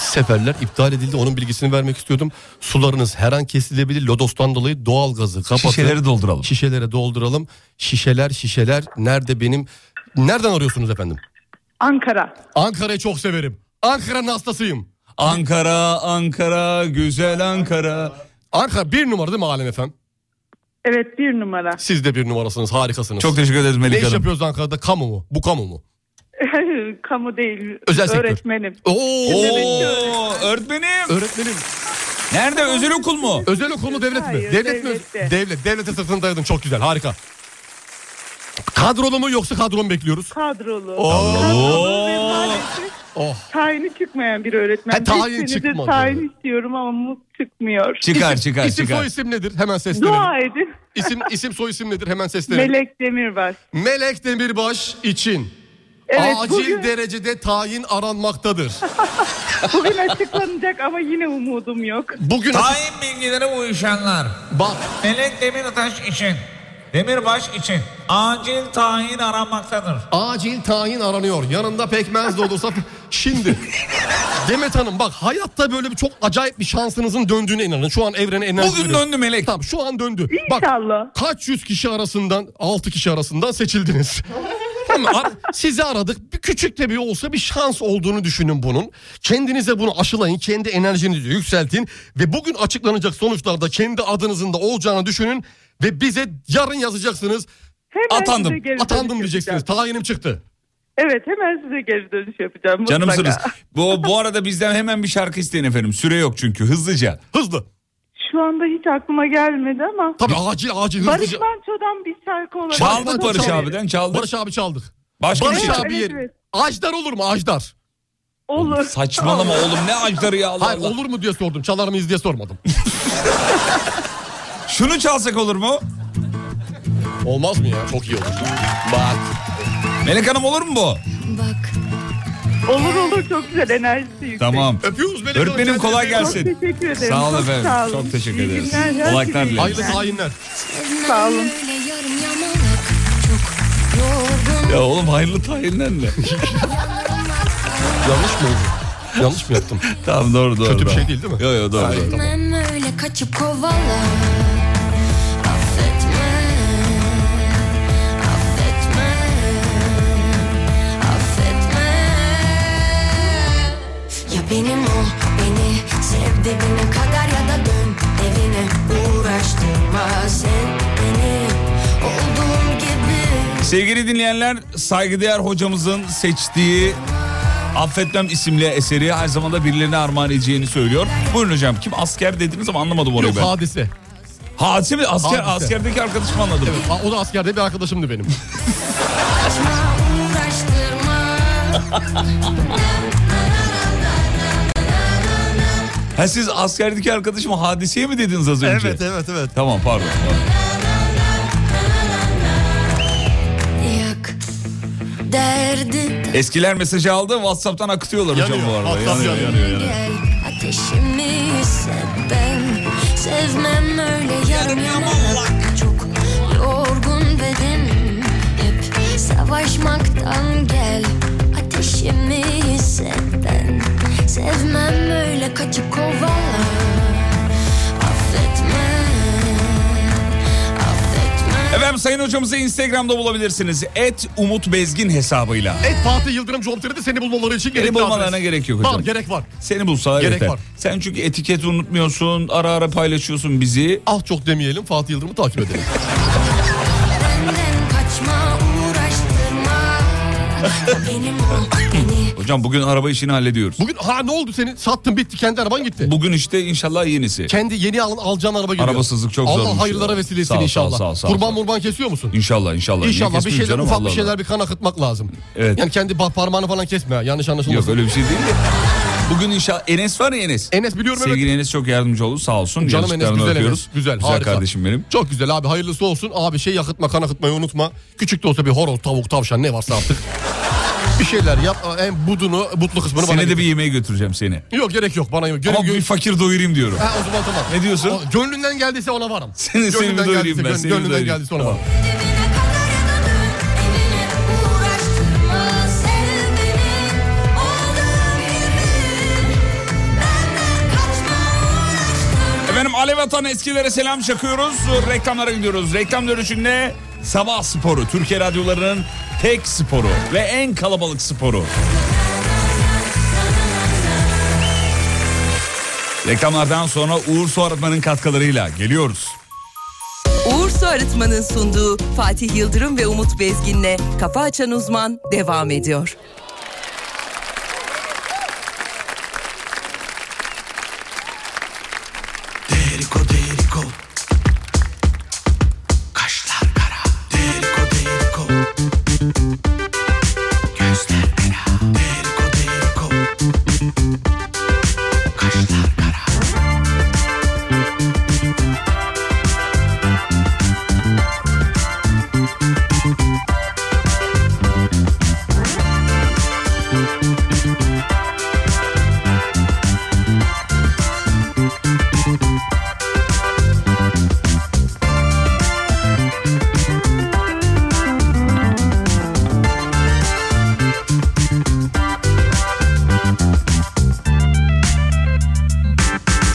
seferler iptal edildi. Onun bilgisini vermek istiyordum. Sularınız her an kesilebilir. Lodos'tan dolayı doğal gazı kapatın. Şişeleri dolduralım. Şişelere dolduralım. Şişeler, şişeler. Nerede benim? Nereden arıyorsunuz efendim? Ankara. Ankara'yı çok severim. Ankara'nın hastasıyım. Ankara, Ankara, güzel Ankara. Ankara bir numara değil mi Alem efendim? Evet bir numara. Siz de bir numarasınız. Harikasınız. Çok teşekkür ederiz Melek Ne iş Hanım. yapıyoruz Ankara'da? Kamu mu? Bu kamu mu? Kamu değil. Özel sektör. Öğretmenim. Oo, öğretmenim. Öğretmenim. Nerede? Özel okul mu? Özel okul mu devlet mi? Hayır, devlet mi? devlette. Devlet. Devlete sırtını dayadın. Çok güzel. Harika. Kadrolu mu yoksa kadro mu bekliyoruz? Kadrolu. Oo. Kadrolu ve maalesef Oh. tayini çıkmayan bir öğretmen. Ha, Beş tayin senedir çıkmadı. tayin istiyorum ama mut çıkmıyor. Çıkar, İsim- çıkar, İsim çıkar. soy isim nedir? Hemen seslenelim. Dua edin. İsim, isim soy isim nedir? Hemen seslenelim. Melek Demirbaş. Melek Demirbaş için Evet, acil bugün- derecede tayin aranmaktadır. Bugün açıklanacak ama yine umudum yok. Bugün Tayin bilgilere uyuşanlar. Bak. Melek Demirtaş için. Demirbaş için. Acil tayin aranmaktadır. Acil tayin aranıyor. Yanında pekmez de olursa... Şimdi Demet Hanım bak hayatta böyle bir çok acayip bir şansınızın döndüğüne inanın. Şu an evrene enerji Bugün veriyorum. döndü Melek. Tamam şu an döndü. İnşallah. Bak kaç yüz kişi arasından 6 kişi arasından seçildiniz. tamam mı? Ar- sizi aradık. Bir küçük de bir olsa bir şans olduğunu düşünün bunun. Kendinize bunu aşılayın. Kendi enerjinizi yükseltin. Ve bugün açıklanacak sonuçlarda kendi adınızın da olacağını düşünün. Ve bize yarın yazacaksınız. Hemen size Atandım. geri dönüş Atandım yapacağım. diyeceksiniz. Tayinim çıktı. Evet hemen size geri dönüş yapacağım. Canımsınız. mutlaka. Bu, bu arada bizden hemen bir şarkı isteyin efendim. Süre yok çünkü hızlıca. Hızlı. Şu anda hiç aklıma gelmedi ama. Tabii acil acil Barış hızlıca. Manço'dan bir şarkı olabilir. Çaldık Barış abiden çaldık. Barış abi çaldık. Başka bir Barış şey abi Evet, yeri- evet. Ajdar olur mu Ajdar? Olur. Saçmalama oğlum ne ajdarı ya Allah Hayır Allah. olur mu diye sordum. Çalar mıyız diye sormadım. Şunu çalsak olur mu? Olmaz mı ya? Çok iyi olur. Bak. Melek Hanım olur mu bu? Olur olur çok güzel enerjisi yüksek. Tamam. Öpüyoruz Melek Hanım. Öğretmenim kolay gelsin. Çok teşekkür ederim. Sağ olun Çok efendim. sağ olun. Çok teşekkür İyi ederiz. günler, her şey Kolaylıklar şeyi. dileriz. Hayırlı hainler. Sağ olun. Ya oğlum hayırlı tayinden de. Yanlış mı oldu? Yanlış mı yaptım? tamam doğru doğru. Kötü bir doğru. şey değil değil mi? Yok yok doğru. doğru. Gitmem öyle kaçıp kovala Affetme Affetme Affetme Ya benim ol beni Sev dibine kadar ya da dön evine Uğraştırma sen beni Olduğum gibi Sevgili dinleyenler saygıdeğer hocamızın seçtiği Affetmem isimli eseri her zamanda birilerine armağan edeceğini söylüyor. Buyurun hocam kim asker dediniz ama anlamadım orayı Yok ben. hadise. Hadise mi? Asker, Hadise. askerdeki arkadaşım anladım. Evet, a- o da askerde bir arkadaşımdı benim. Ha siz askerdeki arkadaşıma hadiseye mi dediniz az önce? Evet, evet, evet. Tamam pardon. pardon. Yak derdi Eskiler mesajı aldı WhatsApp'tan akıtıyorlar hocam bu arada. WhatsApp yanıyor, gel Ateşimi hisset ben Sevmem öyle yarım yamalak Çok yorgun bedenim Hep savaşmaktan gel Ateşimi hisset ben Sevmem öyle kaçıp kovala Affetme Efendim sayın hocamızı Instagram'da bulabilirsiniz. Et Umut Bezgin hesabıyla. Et Fatih Yıldırım Jobter'i de seni bulmaları için Gerek Şey, gerekli bulmalarına adres. gerek yok hocam. Var gerek var. Seni bulsalar Gerek yeter. var. Sen çünkü etiketi unutmuyorsun. Ara ara paylaşıyorsun bizi. Ah çok demeyelim Fatih Yıldırım'ı takip edelim. Benden kaçma uğraştırma Benim ol beni Hocam bugün araba işini hallediyoruz. Bugün ha ne oldu senin? Sattın bitti kendi araban gitti. Bugün işte inşallah yenisi. Kendi yeni alın, alacağın araba geliyor. Arabasızlık çok zormuş Allah ya. hayırlara vesile Sağ etsin ol, sağ ol, inşallah. sağ ol, sağ ol, Kurban sağ murban kesiyor musun? İnşallah inşallah. Niye İnşallah bir kesmiyoruz şeyler canım? ufak Allah bir Allah. şeyler bir kan akıtmak lazım. Evet. Yani kendi ba- parmağını falan kesme ha, yanlış anlaşılmasın. Yok öyle bir şey değil de. Bugün inşallah Enes var ya Enes. Enes biliyorum evet. Sevgili Enes çok yardımcı olur sağ olsun. Canım Enes Yanlışlarını güzel öpüyoruz. Enes. Güzel, güzel harika. kardeşim benim. Çok güzel abi hayırlısı olsun. Abi şey yakıtma kan akıtmayı unutma. Küçük de olsa bir horoz tavuk tavşan ne varsa artık. bir şeyler yap. En budunu butlu kısmını bana Seni de getir. bir yemeğe götüreceğim seni. Yok gerek yok bana yok. Ama Gönül- bir fakir doyurayım diyorum. Ha, o zaman tamam. Ne diyorsun? O, gönlünden geldiyse ona varım. Seni- seni Gönlünden bir doyurayım geldiyse, ben, gönl- seni bir Gönlünden doyurayım. geldiyse ona Tamam. varım. Efendim Alev Atan eskilere selam çakıyoruz. Reklamlara gidiyoruz. Reklam dönüşünde sabah sporu. Türkiye radyolarının tek sporu ve en kalabalık sporu. Reklamlardan sonra Uğur Su Arıtma'nın katkılarıyla geliyoruz. Uğur Su Arıtma'nın sunduğu Fatih Yıldırım ve Umut Bezgin'le Kafa Açan Uzman devam ediyor. Deriko deriko Kaşlar kara Deriko deriko Gözler kara Deriko deriko Kaşlar kara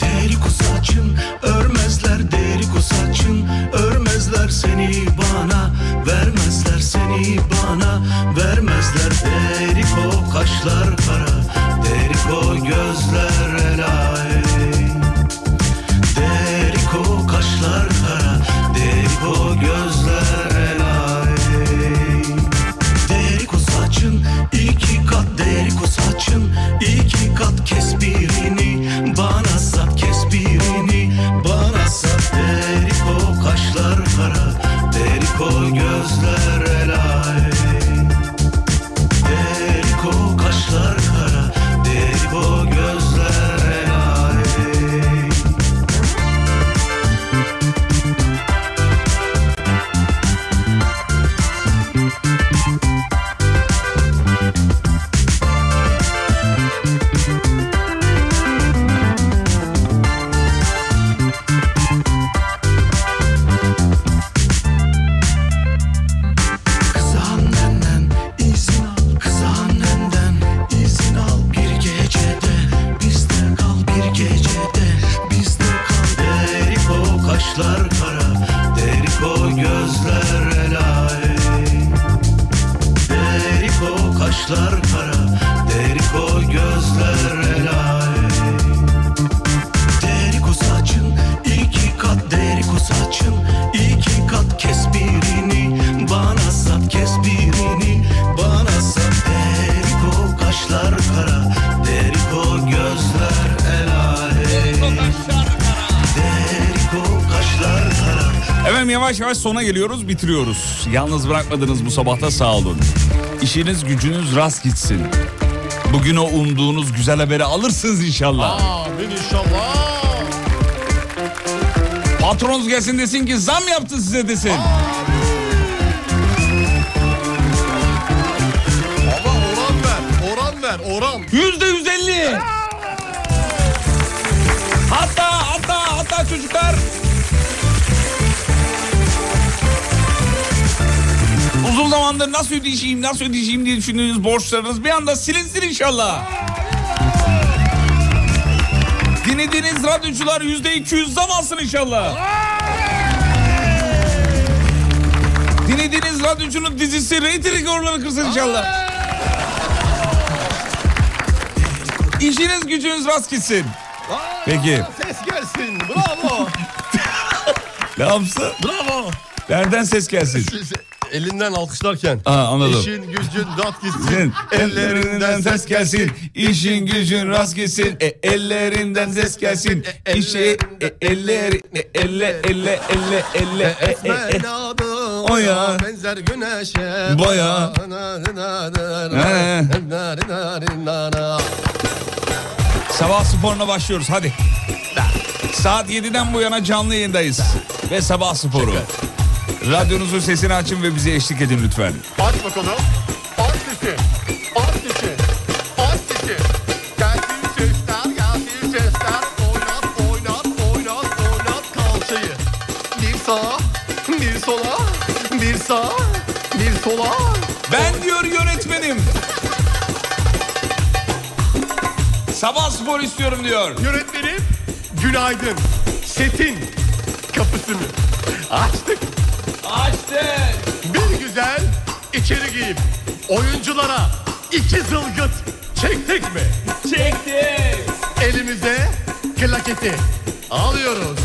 Deriko saçın örmezler Deriko saçın örmezler seni bana Vermezler seni bana Vermezler Deriko kaşlar kara Deriko gözler helal Deriko kaşlar kara Deriko gözler helal Deriko saçın iki kat Deriko saçın iki kat kes birini Bana sat kes birini Bana sat Deriko kaşlar kara Deriko gözler helal Deriko kaşlar kara Deriko kaşlar kara Derik o gözler el alem. Derik o saçın iki kat Derik o saçın iki kat Kes birini bana sat Kes birini bana sat Derik o kaşlar kara Derik o gözler el alem. Derik o kaşlar kara Efendim yavaş yavaş sona geliyoruz, bitiriyoruz. Yalnız bırakmadınız bu sabahta sağ olun. İşiniz gücünüz rast gitsin. Bugün o umduğunuz güzel haberi alırsınız inşallah. Amin inşallah. Patronunuz gelsin desin ki zam yaptı size desin. Oran ver, oran ver, oran. Yüzde yüz elli. Hatta hatta hatta çocuklar. Uzun zamandır nasıl ödeyeceğim nasıl ödeyeceğim diye düşündüğünüz borçlarınız bir anda silinsin inşallah. Dinlediğiniz radyocular yüzde iki yüz zam alsın inşallah. Dinlediğiniz radyocunun dizisi reyting rekorları kırsın inşallah. İşiniz gücünüz rast gitsin. Peki. Ses gelsin, bravo. Ne yapsın? bravo. Nereden ses gelsin? Elinden alkışlarken. Ha, anladım. İşin gücün rat Sen gitsin. ellerinden ses gelsin. İşin gücün rast gitsin. E, ellerinden ses gelsin. İşe e, eller e, elle elle elle elle e, e, e. O ya. Benzer güneşe. Baya. He. Sabah sporuna başlıyoruz hadi. Saat 7'den bu yana canlı yayındayız. Ve sabah sporu. Radyonuzun sesini açın ve bize eşlik edin lütfen. Aç bakalım. Aç sesi. Aç sesi. Aç sesi. Gelsin sesler, gelsin sesler. Oynat, oynat, oynat, oynat kalçayı. Bir sağa, bir sola, bir sağa, bir sola. Ben diyor yönetmenim. Sabah spor istiyorum diyor. Yönetmenim, günaydın. Setin kapısını açtık. Açtık. Bir güzel içeri giyip oyunculara iki zılgıt çektik mi? Çektik. Elimize klaketi alıyoruz.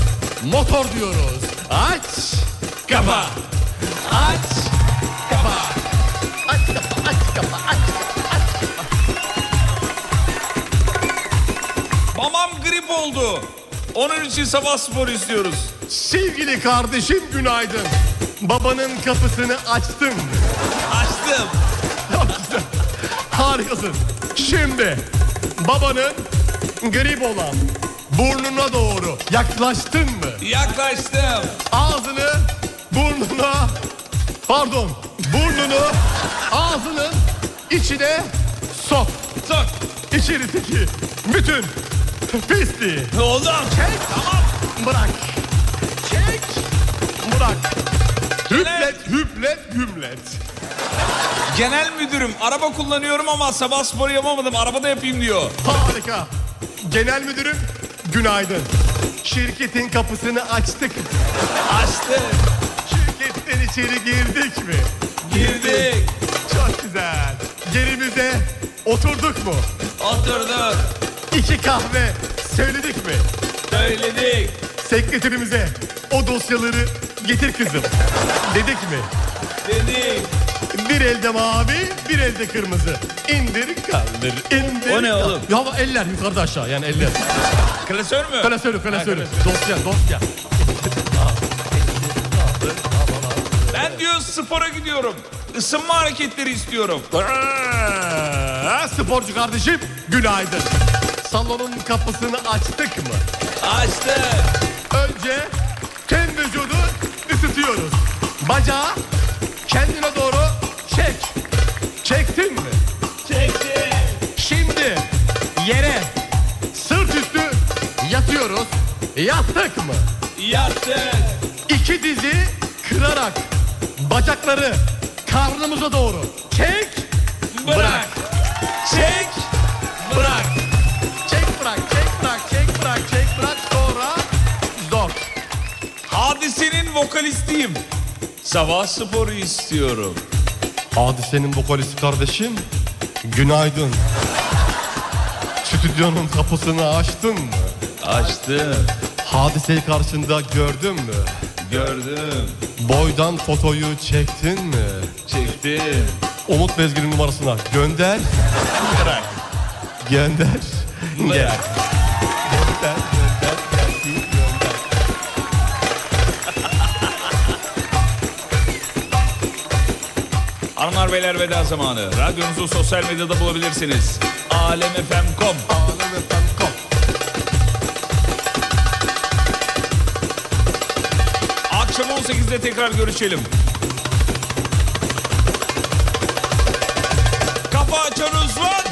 Motor diyoruz. Aç, kapa. Aç, kapa. Aç, kapa, aç, kapa, aç. Babam grip oldu. Onun için sabah sporu istiyoruz. Sevgili kardeşim günaydın. Babanın kapısını açtım. Açtım. Çok güzel. Harikasın. Şimdi babanın grip olan burnuna doğru yaklaştın mı? Yaklaştım. Ağzını burnuna pardon burnunu ağzının içine sok. Sok. İçerideki bütün pisliği. Oğlum. Çek. Tamam. Bırak. Çek. Bırak. Hüplet, hüplet, hüplet. Genel müdürüm araba kullanıyorum ama sabah sporu yapamadım. Arabada yapayım diyor. Harika. Genel müdürüm günaydın. Şirketin kapısını açtık. Açtık. Şirketten içeri girdik mi? Girdik. Çok güzel. Yerimize oturduk mu? Oturduk. İki kahve söyledik mi? Söyledik. Sekreterimize o dosyaları getir kızım. Dedik mi? Dedik. Bir elde mavi, bir elde kırmızı. İndir kaldır, indir. O ne kaldır. oğlum? Ya ama eller yukarıda aşağı yani eller. Klasör mü? Klasörü, klasörü. Dosya, dosya. Ben diyor spora gidiyorum. Isınma hareketleri istiyorum. Ha, Ee, sporcu kardeşim günaydın. Salonun kapısını açtık mı? Açtık. Önce tüm vücudu ısıtıyoruz. Bacağı kendine doğru çek. Çektin mi? Çektim. Şimdi yere sırt üstü yatıyoruz. Yattık mı? Yattık. İki dizi kırarak bacakları karnımıza doğru çek. Bırak. Çek. Bırak. Çek bırak, çek bırak, çek bırak, çek bırak sonra zor. Hadisenin vokalistiyim. Sabah sporu istiyorum. Hadisenin vokalisti kardeşim Günaydın. Stüdyonun kapısını açtın mı? Açtım. Hadiseyi karşında gördün mü? Gördüm. Boydan fotoyu çektin mi? Çektim. Umut Bezgin'in numarasına gönder. Gönder. Gönder. Gönder. Gönder. Gönder. Hanımlar beyler veda zamanı. Radyonuzu sosyal medyada bulabilirsiniz. Alemfm.com Akşam 18'de tekrar görüşelim. Kafa açan uzman.